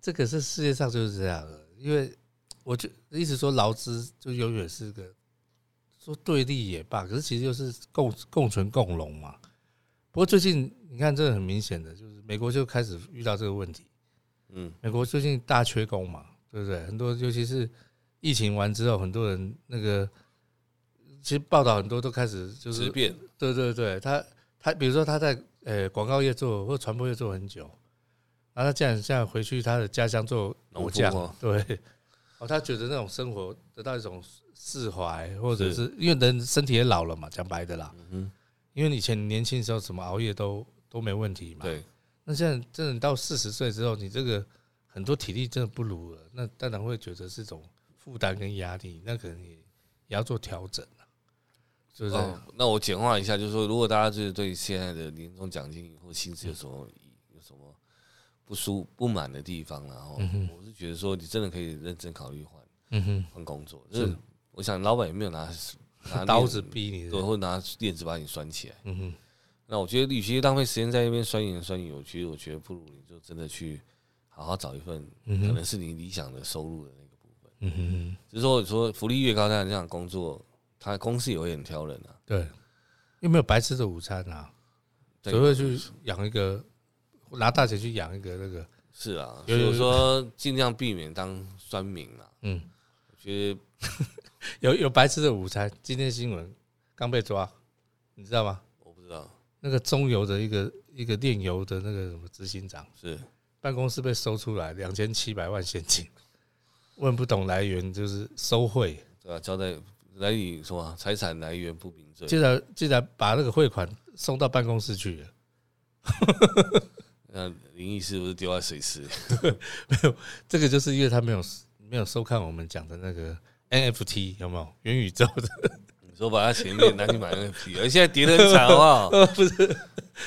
Speaker 1: 这个是世界上就是这样的，因为我就一直说劳资就永远是个说对立也罢，可是其实就是共共存共荣嘛。不过最近你看，这个很明显的就是美国就开始遇到这个问题，
Speaker 2: 嗯，
Speaker 1: 美国最近大缺工嘛，对不对？很多尤其是疫情完之后，很多人那个其实报道很多都开始就是嗯
Speaker 2: 随便
Speaker 1: 对对对，他他比如说他在呃广告业做或传播业做很久，然后他竟然现在回去他的家乡做
Speaker 2: 农
Speaker 1: 果
Speaker 2: 夫
Speaker 1: 酱
Speaker 2: 哦，
Speaker 1: 对， 哦，他觉得那种生活得到一种释怀，或者
Speaker 2: 是嗯
Speaker 1: 是因为人身体也老了嘛，讲白的啦，
Speaker 2: 哼
Speaker 1: 因为你以前年轻的时候怎么熬夜都都没问题嘛，，
Speaker 2: 对，
Speaker 1: 那现在真的到四十岁之后，你这个很多体力真的不如了，那当然会觉得是一种负担跟压力，那可能也也要做调整了，是不是？
Speaker 2: 哦，那我简化一下，就是说，如果大家就是对现在的年终奖金或薪资有什
Speaker 1: 嗯
Speaker 2: 么有什么不舒不满的地方，然后我是觉得说，你真的可以认真考虑换
Speaker 1: 嗯哼。
Speaker 2: 换工作。就是我想，老板也没有拿 拿
Speaker 1: 刀子
Speaker 2: 链
Speaker 1: 逼你
Speaker 2: 对，
Speaker 1: 的，
Speaker 2: 或拿链子把你拴起来。
Speaker 1: 嗯哼，
Speaker 2: 那我觉得，与其浪费时间在那边酸言酸语，我觉得，我觉得不如你就真的去好好找一份
Speaker 1: 嗯
Speaker 2: 可
Speaker 1: 哼，
Speaker 2: 能是你理想的收入的那个部分。
Speaker 1: 嗯哼，
Speaker 2: 只是说，你说福利越高，当然这样工作，他公司也会很挑人啊。
Speaker 1: 对，又没有白吃的午餐啊，
Speaker 2: 对
Speaker 1: 只会去养一个，拿大钱去养一个那个，
Speaker 2: 是啊，所
Speaker 1: 有
Speaker 2: 以
Speaker 1: 有
Speaker 2: 我说尽量避免当酸民啦。
Speaker 1: 嗯，
Speaker 2: 我觉得
Speaker 1: 有有白吃的午餐。今天新闻刚被抓，你知道吗？
Speaker 2: 我不知道，
Speaker 1: 那个中油的一个一个炼油的那个什么执行长
Speaker 2: 是
Speaker 1: 办公室被搜出来两千七百万现金，问不懂来源就是收贿，
Speaker 2: 对吧、交代来你什么啊财产来源不明罪，
Speaker 1: 竟然竟然把那个汇款送到办公室去了。
Speaker 2: 那林义是不是丢在水池？
Speaker 1: 这个就是因为他没有没有收看我们讲的那个 NFT 有没有元宇宙的，
Speaker 2: 你说把他前面拿去买 NFT，而现 在跌得很惨，好不好？ 不是，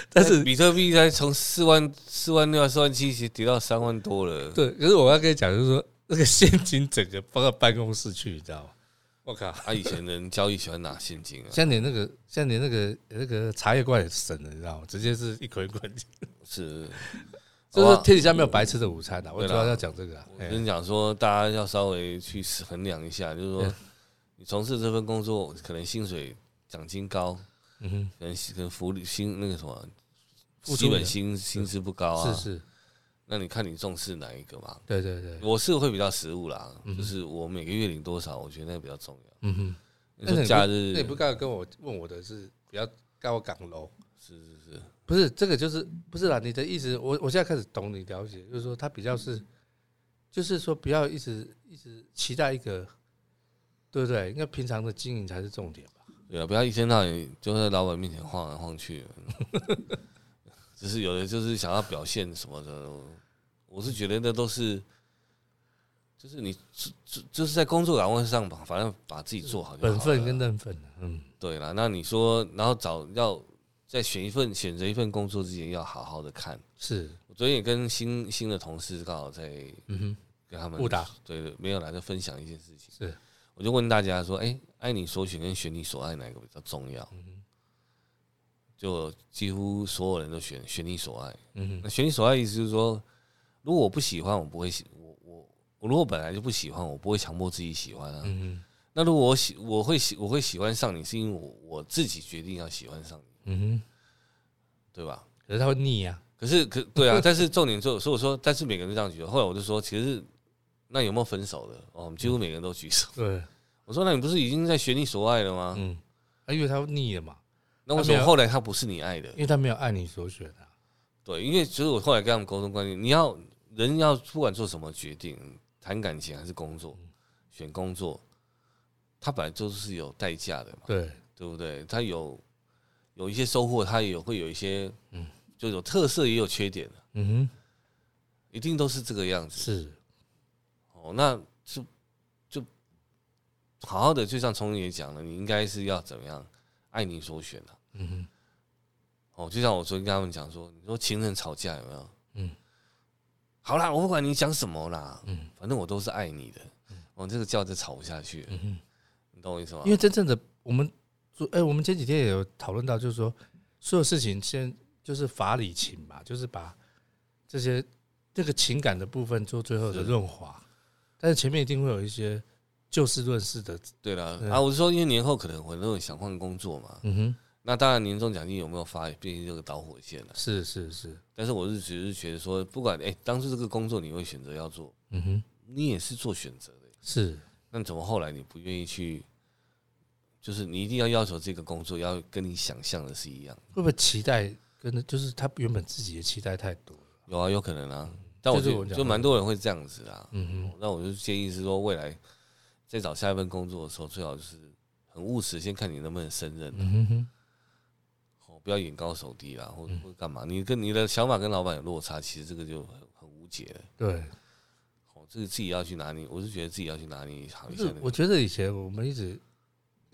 Speaker 1: 但是
Speaker 2: 比特币才从四万、四万六、啊四万七，其实跌到三万多了。
Speaker 1: 对。可是我要跟你讲，就是说那个现金整个放到办公室去，你知道吗？我靠！
Speaker 2: 啊，以前人交易喜欢拿现金啊，
Speaker 1: 现在连那个现在连那个那个茶叶罐也省了，你知道吗？直接是一捆一捆，
Speaker 2: 是。
Speaker 1: 就
Speaker 2: 好
Speaker 1: 是
Speaker 2: 不
Speaker 1: 说
Speaker 2: 好
Speaker 1: 天底下没有白吃的午餐的、我主
Speaker 2: 对
Speaker 1: 要
Speaker 2: 啦
Speaker 1: 要讲这个、啊。
Speaker 2: 我
Speaker 1: 哎
Speaker 2: 跟你讲说，大家要稍微去衡量一下，
Speaker 1: 哎
Speaker 2: 就是说，你从事这份工作，可能薪水、奖金高，
Speaker 1: 嗯哼，
Speaker 2: 可能可能福利薪那个什么，
Speaker 1: 付出
Speaker 2: 基
Speaker 1: 的
Speaker 2: 本薪薪资不高啊。
Speaker 1: 哎是是，
Speaker 2: 那你看你重视哪一个嘛？
Speaker 1: 对对对，
Speaker 2: 我是会比较实务啦，就是我每个月领多少，我觉得那比较重要。
Speaker 1: 嗯哼。
Speaker 2: 你
Speaker 1: 那
Speaker 2: 说
Speaker 1: 你不
Speaker 2: 假
Speaker 1: 那你
Speaker 2: 日
Speaker 1: 不刚才跟我问我的是比较高岗楼？
Speaker 2: 是是是，
Speaker 1: 不是这个，就是不是啦？你的意思，我我现在开始懂你了解，就是说他比较是，就是说不要一直一直期待一个，对不对？应该平常的经营才是重点吧？
Speaker 2: 对啊，不要一天到晚就在老板面前晃来晃去。就是有的就是想要表现什么的，我是觉得那都是，就是你就就就是在工作岗位上吧，反正把自己做好就好了
Speaker 1: 本分跟认分啊，嗯，
Speaker 2: 对啦。那你说，然后找要在选一份选择一份工作之前，要好好的看。
Speaker 1: 是，
Speaker 2: 我昨天也跟新新的同事刚好在
Speaker 1: 嗯哼，
Speaker 2: 跟他们
Speaker 1: 误打，
Speaker 2: 对对，没有啦，就分享一件事情。
Speaker 1: 是，
Speaker 2: 我就问大家说，哎、爱你所选跟选你所爱哪个比较重要？
Speaker 1: 嗯
Speaker 2: 就几乎所有人都选选你所爱。
Speaker 1: 嗯
Speaker 2: 那选你所爱意思就是说，如果我不喜欢，我不会喜我我我如果本来就不喜欢，我不会强迫自己喜欢啊。
Speaker 1: 嗯
Speaker 2: 那如果我喜我会喜我会喜欢上你，是因为我我自己决定要喜欢上你，
Speaker 1: 嗯，
Speaker 2: 对吧？
Speaker 1: 可是他会腻呀，
Speaker 2: 可是可对啊， 但是重点就所以我说，但是每个人都这样举手。后来我就说，其实那有没有分手的？哦，我们几乎每个人都举手。
Speaker 1: 对，
Speaker 2: 我说，那你不是已经在选你所爱了吗？
Speaker 1: 嗯，啊因为他腻了嘛，
Speaker 2: 那为什
Speaker 1: 他没
Speaker 2: 么
Speaker 1: 有
Speaker 2: 后来他不是你爱的
Speaker 1: 因？为他没有按你所选啊的，
Speaker 2: 对，因为其实我后来跟他们沟通观念，你要人要不管做什么决定，谈感情还是工作，
Speaker 1: 嗯
Speaker 2: 选工作，他本来就是有代价的嘛，
Speaker 1: 对，
Speaker 2: 对不对？他有有一些收获，他也有会有一些，嗯，就有特色也有缺点的，
Speaker 1: 嗯哼，
Speaker 2: 一定都是这个样子。
Speaker 1: 是，
Speaker 2: 哦，那就就好好的，就像聪也讲了，你应该是要怎么样爱你所选的、
Speaker 1: 嗯哼，
Speaker 2: 哦，就像我昨天跟他们讲说，你说情人吵架有没有？
Speaker 1: 嗯，
Speaker 2: 好啦，我不管你讲什么啦，
Speaker 1: 嗯
Speaker 2: 反正我都是爱你的。哦，这个架就吵不下去了，
Speaker 1: 嗯哼。
Speaker 2: 你懂我意思吗？
Speaker 1: 因为真正的我们昨，哎、我们前几天也有讨论到，就是说所有事情先就是法理情嘛，就是把这些这个情感的部分做最后的
Speaker 2: 是
Speaker 1: 润滑，但是前面一定会有一些就事论事的，
Speaker 2: 对了
Speaker 1: 对
Speaker 2: 啊，我是说，因为年后可能很多人想换工作嘛，
Speaker 1: 嗯哼，
Speaker 2: 那当然年终奖金有没有发，毕竟这个导火线了。
Speaker 1: 是是是，
Speaker 2: 但是我是只是觉得说，不管哎、当初这个工作你会选择要做，
Speaker 1: 嗯哼，
Speaker 2: 你也是做选择的。
Speaker 1: 是，
Speaker 2: 那怎么后来你不愿意去？就是你一定要要求这个工作要跟你想象的是一样，
Speaker 1: 会不会期待跟就是他原本自己的期待太多了，
Speaker 2: 有啊，有可能啊。但我
Speaker 1: 就是
Speaker 2: 就
Speaker 1: 我讲的
Speaker 2: 就蛮多人会这样子啦。
Speaker 1: 嗯
Speaker 2: 那我就建议是说，未来在找下一份工作的时候，最好就是很务实，先看你能不能胜任
Speaker 1: 哼，、嗯哼
Speaker 2: 哦，不要眼高手低啦，或者
Speaker 1: 嗯
Speaker 2: 或者干嘛。你跟你的想法跟老板有落差，其实这个就很很无解了。
Speaker 1: 对，
Speaker 2: 哦，这个自己要去拿捏，我是觉得自己要去拿捏好一下
Speaker 1: 就是
Speaker 2: 那个。
Speaker 1: 我觉得以前我们一直，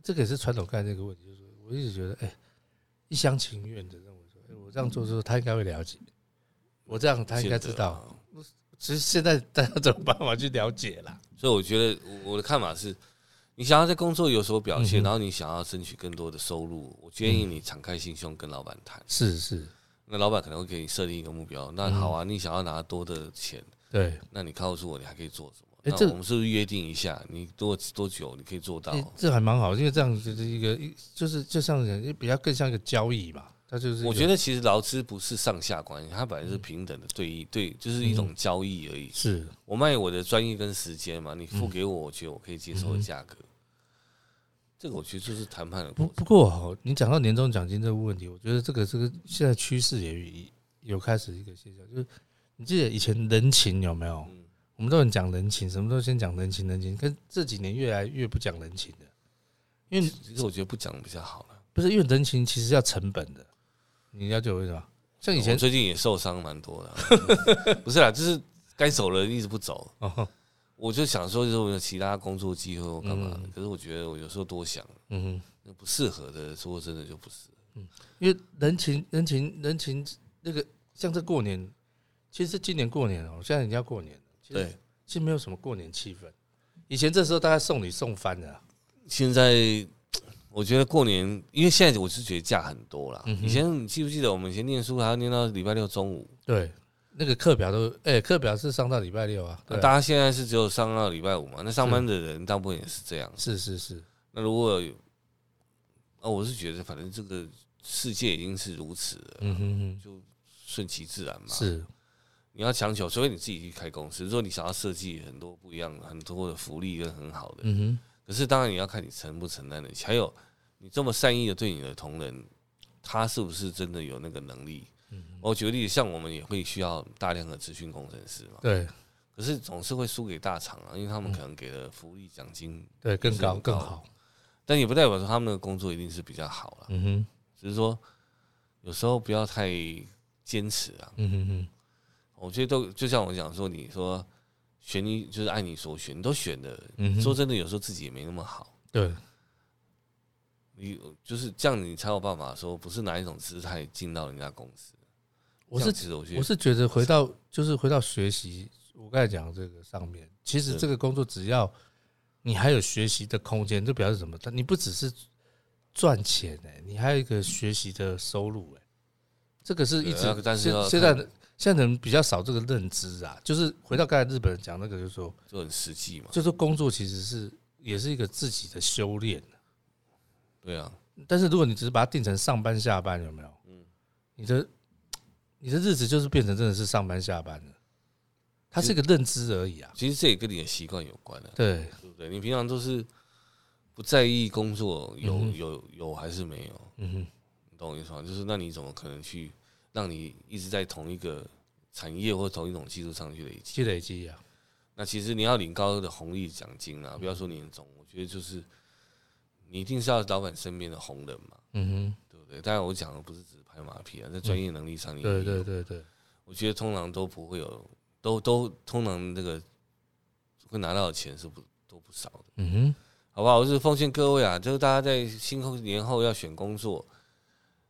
Speaker 1: 这个也是传统概念一个问题，就是我一直觉得，哎、一厢情愿的认为说，哎、我这样做之后，他应该会了解，我这样他应该知道。
Speaker 2: 啊。
Speaker 1: 其实现在大家怎么办法去了解啦？
Speaker 2: 所以我觉得我我的看法是，你想要在工作有所表现，
Speaker 1: 嗯哼
Speaker 2: 然后你想要争取更多的收入，我建议你敞开心胸跟老板谈。
Speaker 1: 是是，
Speaker 2: 那老板可能会给你设定一个目标，那好啊，
Speaker 1: 嗯
Speaker 2: 你想要拿多的钱，
Speaker 1: 对，
Speaker 2: 那你告诉我你还可以做什么？
Speaker 1: 诶
Speaker 2: 那
Speaker 1: 哎这哎
Speaker 2: 我们是不是约定一下，你多多久你可以做到？
Speaker 1: 诶这还蛮好，因为这样就是一个，一就是就像人比较更像一个交易嘛，它就是一个
Speaker 2: 我觉得其实劳资不是上下关系，它本来是平等的对弈，对，就是一种交易而已。
Speaker 1: 嗯是嗯
Speaker 2: 我卖我的专业跟时间嘛，你付给我，我觉得我可以接受的价格。这个我觉得就是谈判的过
Speaker 1: 不
Speaker 2: 程。
Speaker 1: 不过哦，你讲到年终奖金这个问题，我觉得这个这个现在趋势也有开始一个现象，就是你记得以前人情有没
Speaker 2: 嗯
Speaker 1: 有？我们都很讲人情，什么都先讲人情人情，跟这几年越来越不讲人情的，因为
Speaker 2: 其实我觉得不讲比较好了。
Speaker 1: 不是因为人情其实要成本的，你了解我意思吗？像以
Speaker 2: 我
Speaker 1: 前
Speaker 2: 最近也受伤蛮多的啊， 不是啦，就是该走的人一直不走，
Speaker 1: 哦，
Speaker 2: 我就想说，就是我有其他工作机会或干嘛的
Speaker 1: 嗯
Speaker 2: 可是我觉得我有时候多想，
Speaker 1: 嗯哼，
Speaker 2: 那不适合的，说真的就不是。
Speaker 1: 因为人情人情人情那个像这过年，其实今年过年哦，现在人家过年了，其实
Speaker 2: 对，
Speaker 1: 其实没有什么过年气氛，以前这时候大概送礼送翻了啊、
Speaker 2: 现在我觉得过年，因为现在我是觉得假很多啦。
Speaker 1: 嗯哼
Speaker 2: 以前你记不记得我们以前念书还要念到礼拜六中午？
Speaker 1: 对，那个课表都，哎、课表是上到礼拜六啊。
Speaker 2: 那
Speaker 1: 对啊
Speaker 2: 大家现在是只有上到礼拜五嘛？那上班的人大部分也是这样。
Speaker 1: 是是是，
Speaker 2: 那如果有，啊，我是觉得反正这个世界已经是如此了，
Speaker 1: 嗯哼哼，
Speaker 2: 就顺其自然嘛。
Speaker 1: 是，
Speaker 2: 你要强求，除非你自己去开公司。如果你想要设计很多不一样、很多的福利跟很好的，
Speaker 1: 嗯哼，
Speaker 2: 可是当然你要看你承不承担得起，还有你这么善意的对你的同仁，他是不是真的有那个能力？
Speaker 1: 嗯
Speaker 2: 我举个例子，像我们也会需要大量的资讯工程师嘛，
Speaker 1: 对
Speaker 2: 可是总是会输给大厂啊，因为他
Speaker 1: 嗯
Speaker 2: 们可能给的福利奖金，
Speaker 1: 对，更
Speaker 2: 是
Speaker 1: 高
Speaker 2: 很
Speaker 1: 更
Speaker 2: 高
Speaker 1: 好。
Speaker 2: 但也不代表说他们的工作一定是比较好了，
Speaker 1: 嗯哼，
Speaker 2: 只是说有时候不要太坚持啊。
Speaker 1: 嗯哼哼，
Speaker 2: 我觉得都就像我讲说，你说选你就是按你所选，你都选的。
Speaker 1: 嗯哼，
Speaker 2: 说真的，有时候自己也没那么好，
Speaker 1: 对，
Speaker 2: 你就是这样，你才有办法说不是拿一种姿态进到人家公司。
Speaker 1: 我
Speaker 2: 这样
Speaker 1: 是
Speaker 2: 其实我觉
Speaker 1: 我
Speaker 2: 得
Speaker 1: 是觉得回到就是回到学习我刚才讲这个上面，其实这个工作只要你还有学习的空间，就表示什么？它你不只是赚钱哎、你还有一个学习的收入哎、这个是一直
Speaker 2: 对啊但是
Speaker 1: 现
Speaker 2: 要看
Speaker 1: 现在的现在人比较少这个认知啊，就是回到刚才日本人讲那个，就是说，
Speaker 2: 就很实际嘛。
Speaker 1: 就是说工作其实是也是一个自己的修炼。
Speaker 2: 对啊，
Speaker 1: 但是如果你只是把它定成上班下班，有没有？
Speaker 2: 嗯
Speaker 1: 你的你的日子就是变成真的是上班下班了，它是一个认知而已啊。
Speaker 2: 其实这也跟你的习惯有关的、
Speaker 1: 对，
Speaker 2: 对不对？你平常都是不在意工作有、
Speaker 1: 嗯哼
Speaker 2: 有有还是没有，
Speaker 1: 嗯哼，
Speaker 2: 你懂我意思吗？就是那你怎么可能去让你一直在同一个产业或同一种技术上去累积？
Speaker 1: 积累积啊，
Speaker 2: 那其实你要领高的红利奖
Speaker 1: 嗯
Speaker 2: 金啦，不要说年终，我觉得就是你一定是要老板身边的红人嘛，
Speaker 1: 嗯
Speaker 2: 对不对？当然我讲的不是只是拍马屁啊，在专业能力上
Speaker 1: 哼，
Speaker 2: 你
Speaker 1: 对
Speaker 2: 也有
Speaker 1: 对对对，
Speaker 2: 我觉得通常都不会有，都都通常那个会拿到的钱是不都不少的。
Speaker 1: 嗯哼，
Speaker 2: 好不好？我是奉劝各位啊，就是大家在新后年后要选工作，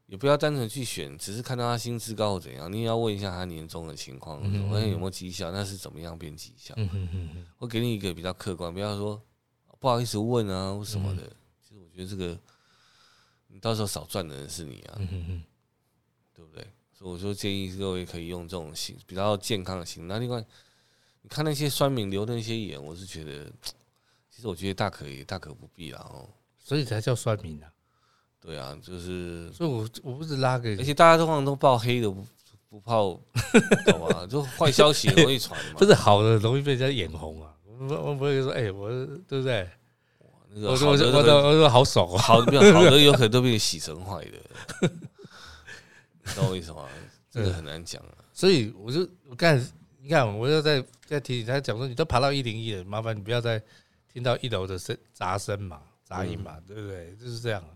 Speaker 2: 也不要单纯去选，只是看到他薪资高或怎样，你也要问一下他年终的情况，
Speaker 1: 嗯哼
Speaker 2: 我看有没有绩效，那是怎么样变绩效，
Speaker 1: 嗯哼哼哼，
Speaker 2: 会给你一个比较客观，不要说不好意思问啊或什么的。
Speaker 1: 嗯
Speaker 2: 其实我觉得这个，你到时候少赚的人是你啊，
Speaker 1: 嗯哼哼，
Speaker 2: 对不对？所以我就建议各位可以用这种心比较健康的心。那另外，你看那些酸民留的那些言，我是觉得，其实我觉得大可也大可不必啦哦。
Speaker 1: 所以才叫算命啊。
Speaker 2: 对啊，就是，
Speaker 1: 所以我我不是拉给
Speaker 2: 而，且大家都往往都报黑的，不不报，懂吗？就坏消息很容易传嘛。
Speaker 1: 不是好的容易被人家眼红啊。我不我不会说，哎，我对不对？
Speaker 2: 那
Speaker 1: 我
Speaker 2: 个
Speaker 1: 说我
Speaker 2: 啊好的
Speaker 1: 说
Speaker 2: 都
Speaker 1: 我
Speaker 2: 可
Speaker 1: 说
Speaker 2: 以，
Speaker 1: 我说好爽啊。
Speaker 2: 好的没有 好的有可能都被洗成坏的，你懂我意思吗？这个很难讲啊。
Speaker 1: 所以我就我刚才你看，我就在在提醒他讲说，你都爬到一零一了，麻烦你不要再听到一楼的声杂声嘛、杂音嘛，对不对？就是这样。啊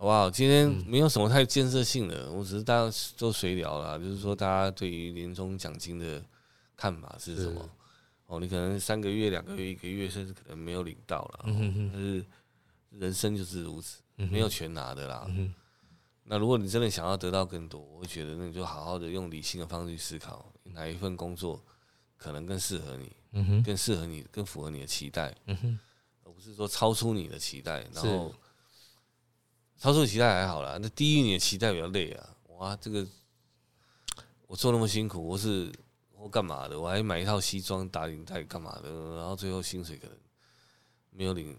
Speaker 2: 好不好？今天
Speaker 1: 嗯
Speaker 2: 没有什么太建设性的，我只是大家做随聊啦，就是说大家对于年终奖金的看法是什么
Speaker 1: 是？
Speaker 2: 哦，你可能三个月、两个月、一个月，甚至可能没有领到啦。哦
Speaker 1: 嗯哼哼
Speaker 2: 但是人生就是如此，
Speaker 1: 嗯哼
Speaker 2: 没有全拿的啦。
Speaker 1: 嗯哼，
Speaker 2: 那如果你真的想要得到更多，我会觉得那你就好好的用理性的方式去思考，哪一份工作可能更适合你，
Speaker 1: 嗯哼，
Speaker 2: 更适合你，更符合你的期待，
Speaker 1: 嗯哼，
Speaker 2: 而不是说超出你的期待。然后超出你期待还好啦，那低于你的期待比较累啊。哇，这个我做那么辛苦，我是我干嘛的？我还买一套西装打领带干嘛的？然后最后薪水可能没有领，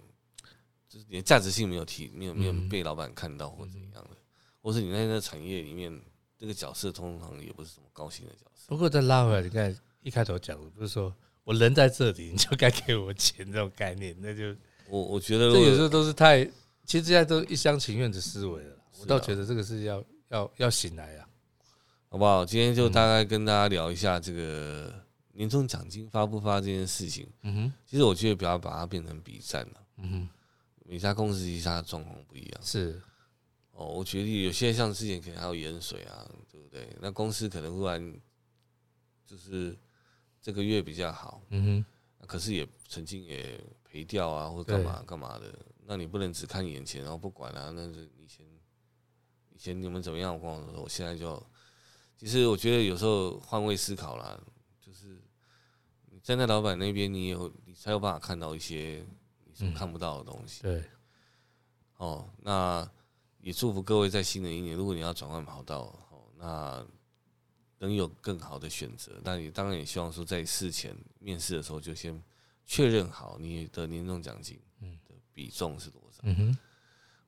Speaker 2: 就是你的价值性没有提，没有没有
Speaker 1: 嗯
Speaker 2: 被老板看到或怎样的，或是你在那产业里面这个角色通常也不是什么高薪的角色。
Speaker 1: 不过再拉回来，你看一开头讲的，不是说我人在这里，你就该给我钱这种概念，那就
Speaker 2: 我我觉得如
Speaker 1: 这
Speaker 2: 果
Speaker 1: 有时候都是太，其实现在都一厢情愿的思维了。我
Speaker 2: 啊
Speaker 1: 倒觉得这个是要要要醒来啊。
Speaker 2: 好不好？今天
Speaker 1: 嗯
Speaker 2: 就大概跟大家聊一下这个年终奖金发不发这件事情。
Speaker 1: 嗯哼，
Speaker 2: 其实我觉得不要把它变成比战了，
Speaker 1: 嗯哼，
Speaker 2: 每家公司其实它的状况不一样。
Speaker 1: 是，
Speaker 2: 哦，我举例，有些像之前可能还有盐水啊，对不对？那公司可能忽然就是这个月比较好，
Speaker 1: 嗯
Speaker 2: 可是也曾经也赔掉啊，或干嘛干嘛的。那你不能只看眼前，然后不管啊。那是以前以前你们怎么样，我跟我说，我现在就其实我觉得有时候换位思考啦，就是你站在老板那边，你有你才有办法看到一些你所
Speaker 1: 嗯
Speaker 2: 看不到的东
Speaker 1: 哼，
Speaker 2: 西。
Speaker 1: 对，
Speaker 2: 哦，那也祝福各位在新的一年，如果你要转换跑道，哦，那能有更好的选择。那你当然也希望说，在事前面试的时候就先确认好你的年终奖金
Speaker 1: 嗯
Speaker 2: 的比重是多少。
Speaker 1: 嗯哼，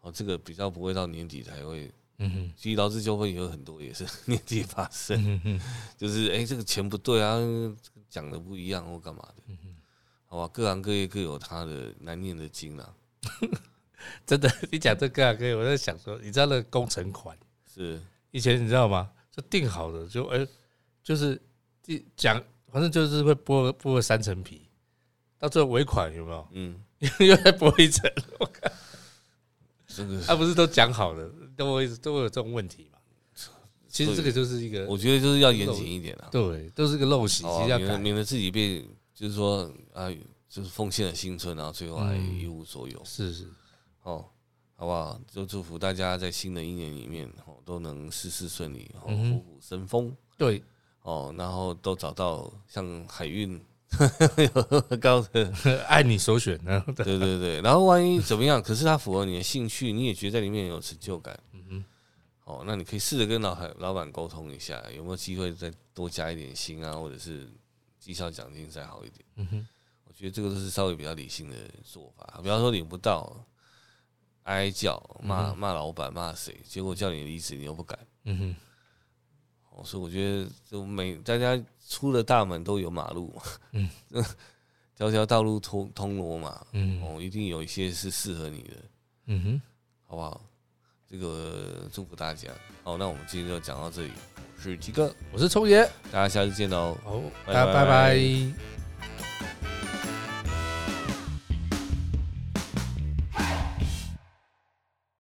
Speaker 2: 哦，这个比较不会到年底才会。
Speaker 1: 嗯哼，
Speaker 2: 其实劳资纠纷也有很多也是 年底发生，
Speaker 1: 嗯哼，
Speaker 2: 就是哎、这个钱不对啊，这个讲的不一样或干嘛
Speaker 1: 嗯
Speaker 2: 的。好吧，各行各业各有它的难念的经啊啦、
Speaker 1: 真的，你讲这个啊，可以，我在想说，你知道那个工程款。
Speaker 2: 是
Speaker 1: 以前你知道吗？就定好的，就哎、就是一讲，反正就是会剥剥个三层皮，到最后尾款有没有？
Speaker 2: 嗯，
Speaker 1: 又再剥一层，啊
Speaker 2: 这个
Speaker 1: 他、不是都讲好的，都会都会有这种问题嘛？其实这个就是一个
Speaker 2: 我觉得就是要严谨一点啊，
Speaker 1: 对，都是个陋习，
Speaker 2: 好
Speaker 1: 其实要
Speaker 2: 啊免得
Speaker 1: 改。
Speaker 2: 免得自己被就是说啊，就是奉献了青春，然后最后还
Speaker 1: 嗯
Speaker 2: 一无所有、
Speaker 1: 是是，
Speaker 2: 哦，好不好？就祝福大家在新的一年里面哦都能事事顺利，哦
Speaker 1: 嗯哼
Speaker 2: 虎虎生风，
Speaker 1: 对，
Speaker 2: 哦，然后都找到像海运 高的，
Speaker 1: 按你首选呢。
Speaker 2: 对对对。然后万一怎么样，可是它符合你的兴趣，你也觉得在里面有成就感。
Speaker 1: 嗯哼，
Speaker 2: 哦，那你可以试着跟老海老板沟通一下，有没有机会再多加一点薪啊，或者是绩效奖金再好一点。
Speaker 1: 嗯哼，
Speaker 2: 我觉得这个都是稍微比较理性的做法，不要说领不到，哀叫骂骂老板骂谁，结果叫你离职你又不敢。
Speaker 1: 嗯哼，
Speaker 2: 哦，所以我觉得就每大家出了大门都有马路，
Speaker 1: 嗯，
Speaker 2: 条条道路通通罗马，
Speaker 1: 嗯哼，
Speaker 2: 哦，一定有一些是适合你的，
Speaker 1: 嗯哼，
Speaker 2: 好不好？这个祝福大家。好，那我们今天就讲到这里，我是鸡哥，
Speaker 1: 我是聪爷，
Speaker 2: 大家下次见喽。哦
Speaker 1: 好，
Speaker 2: 拜拜
Speaker 1: 大家拜拜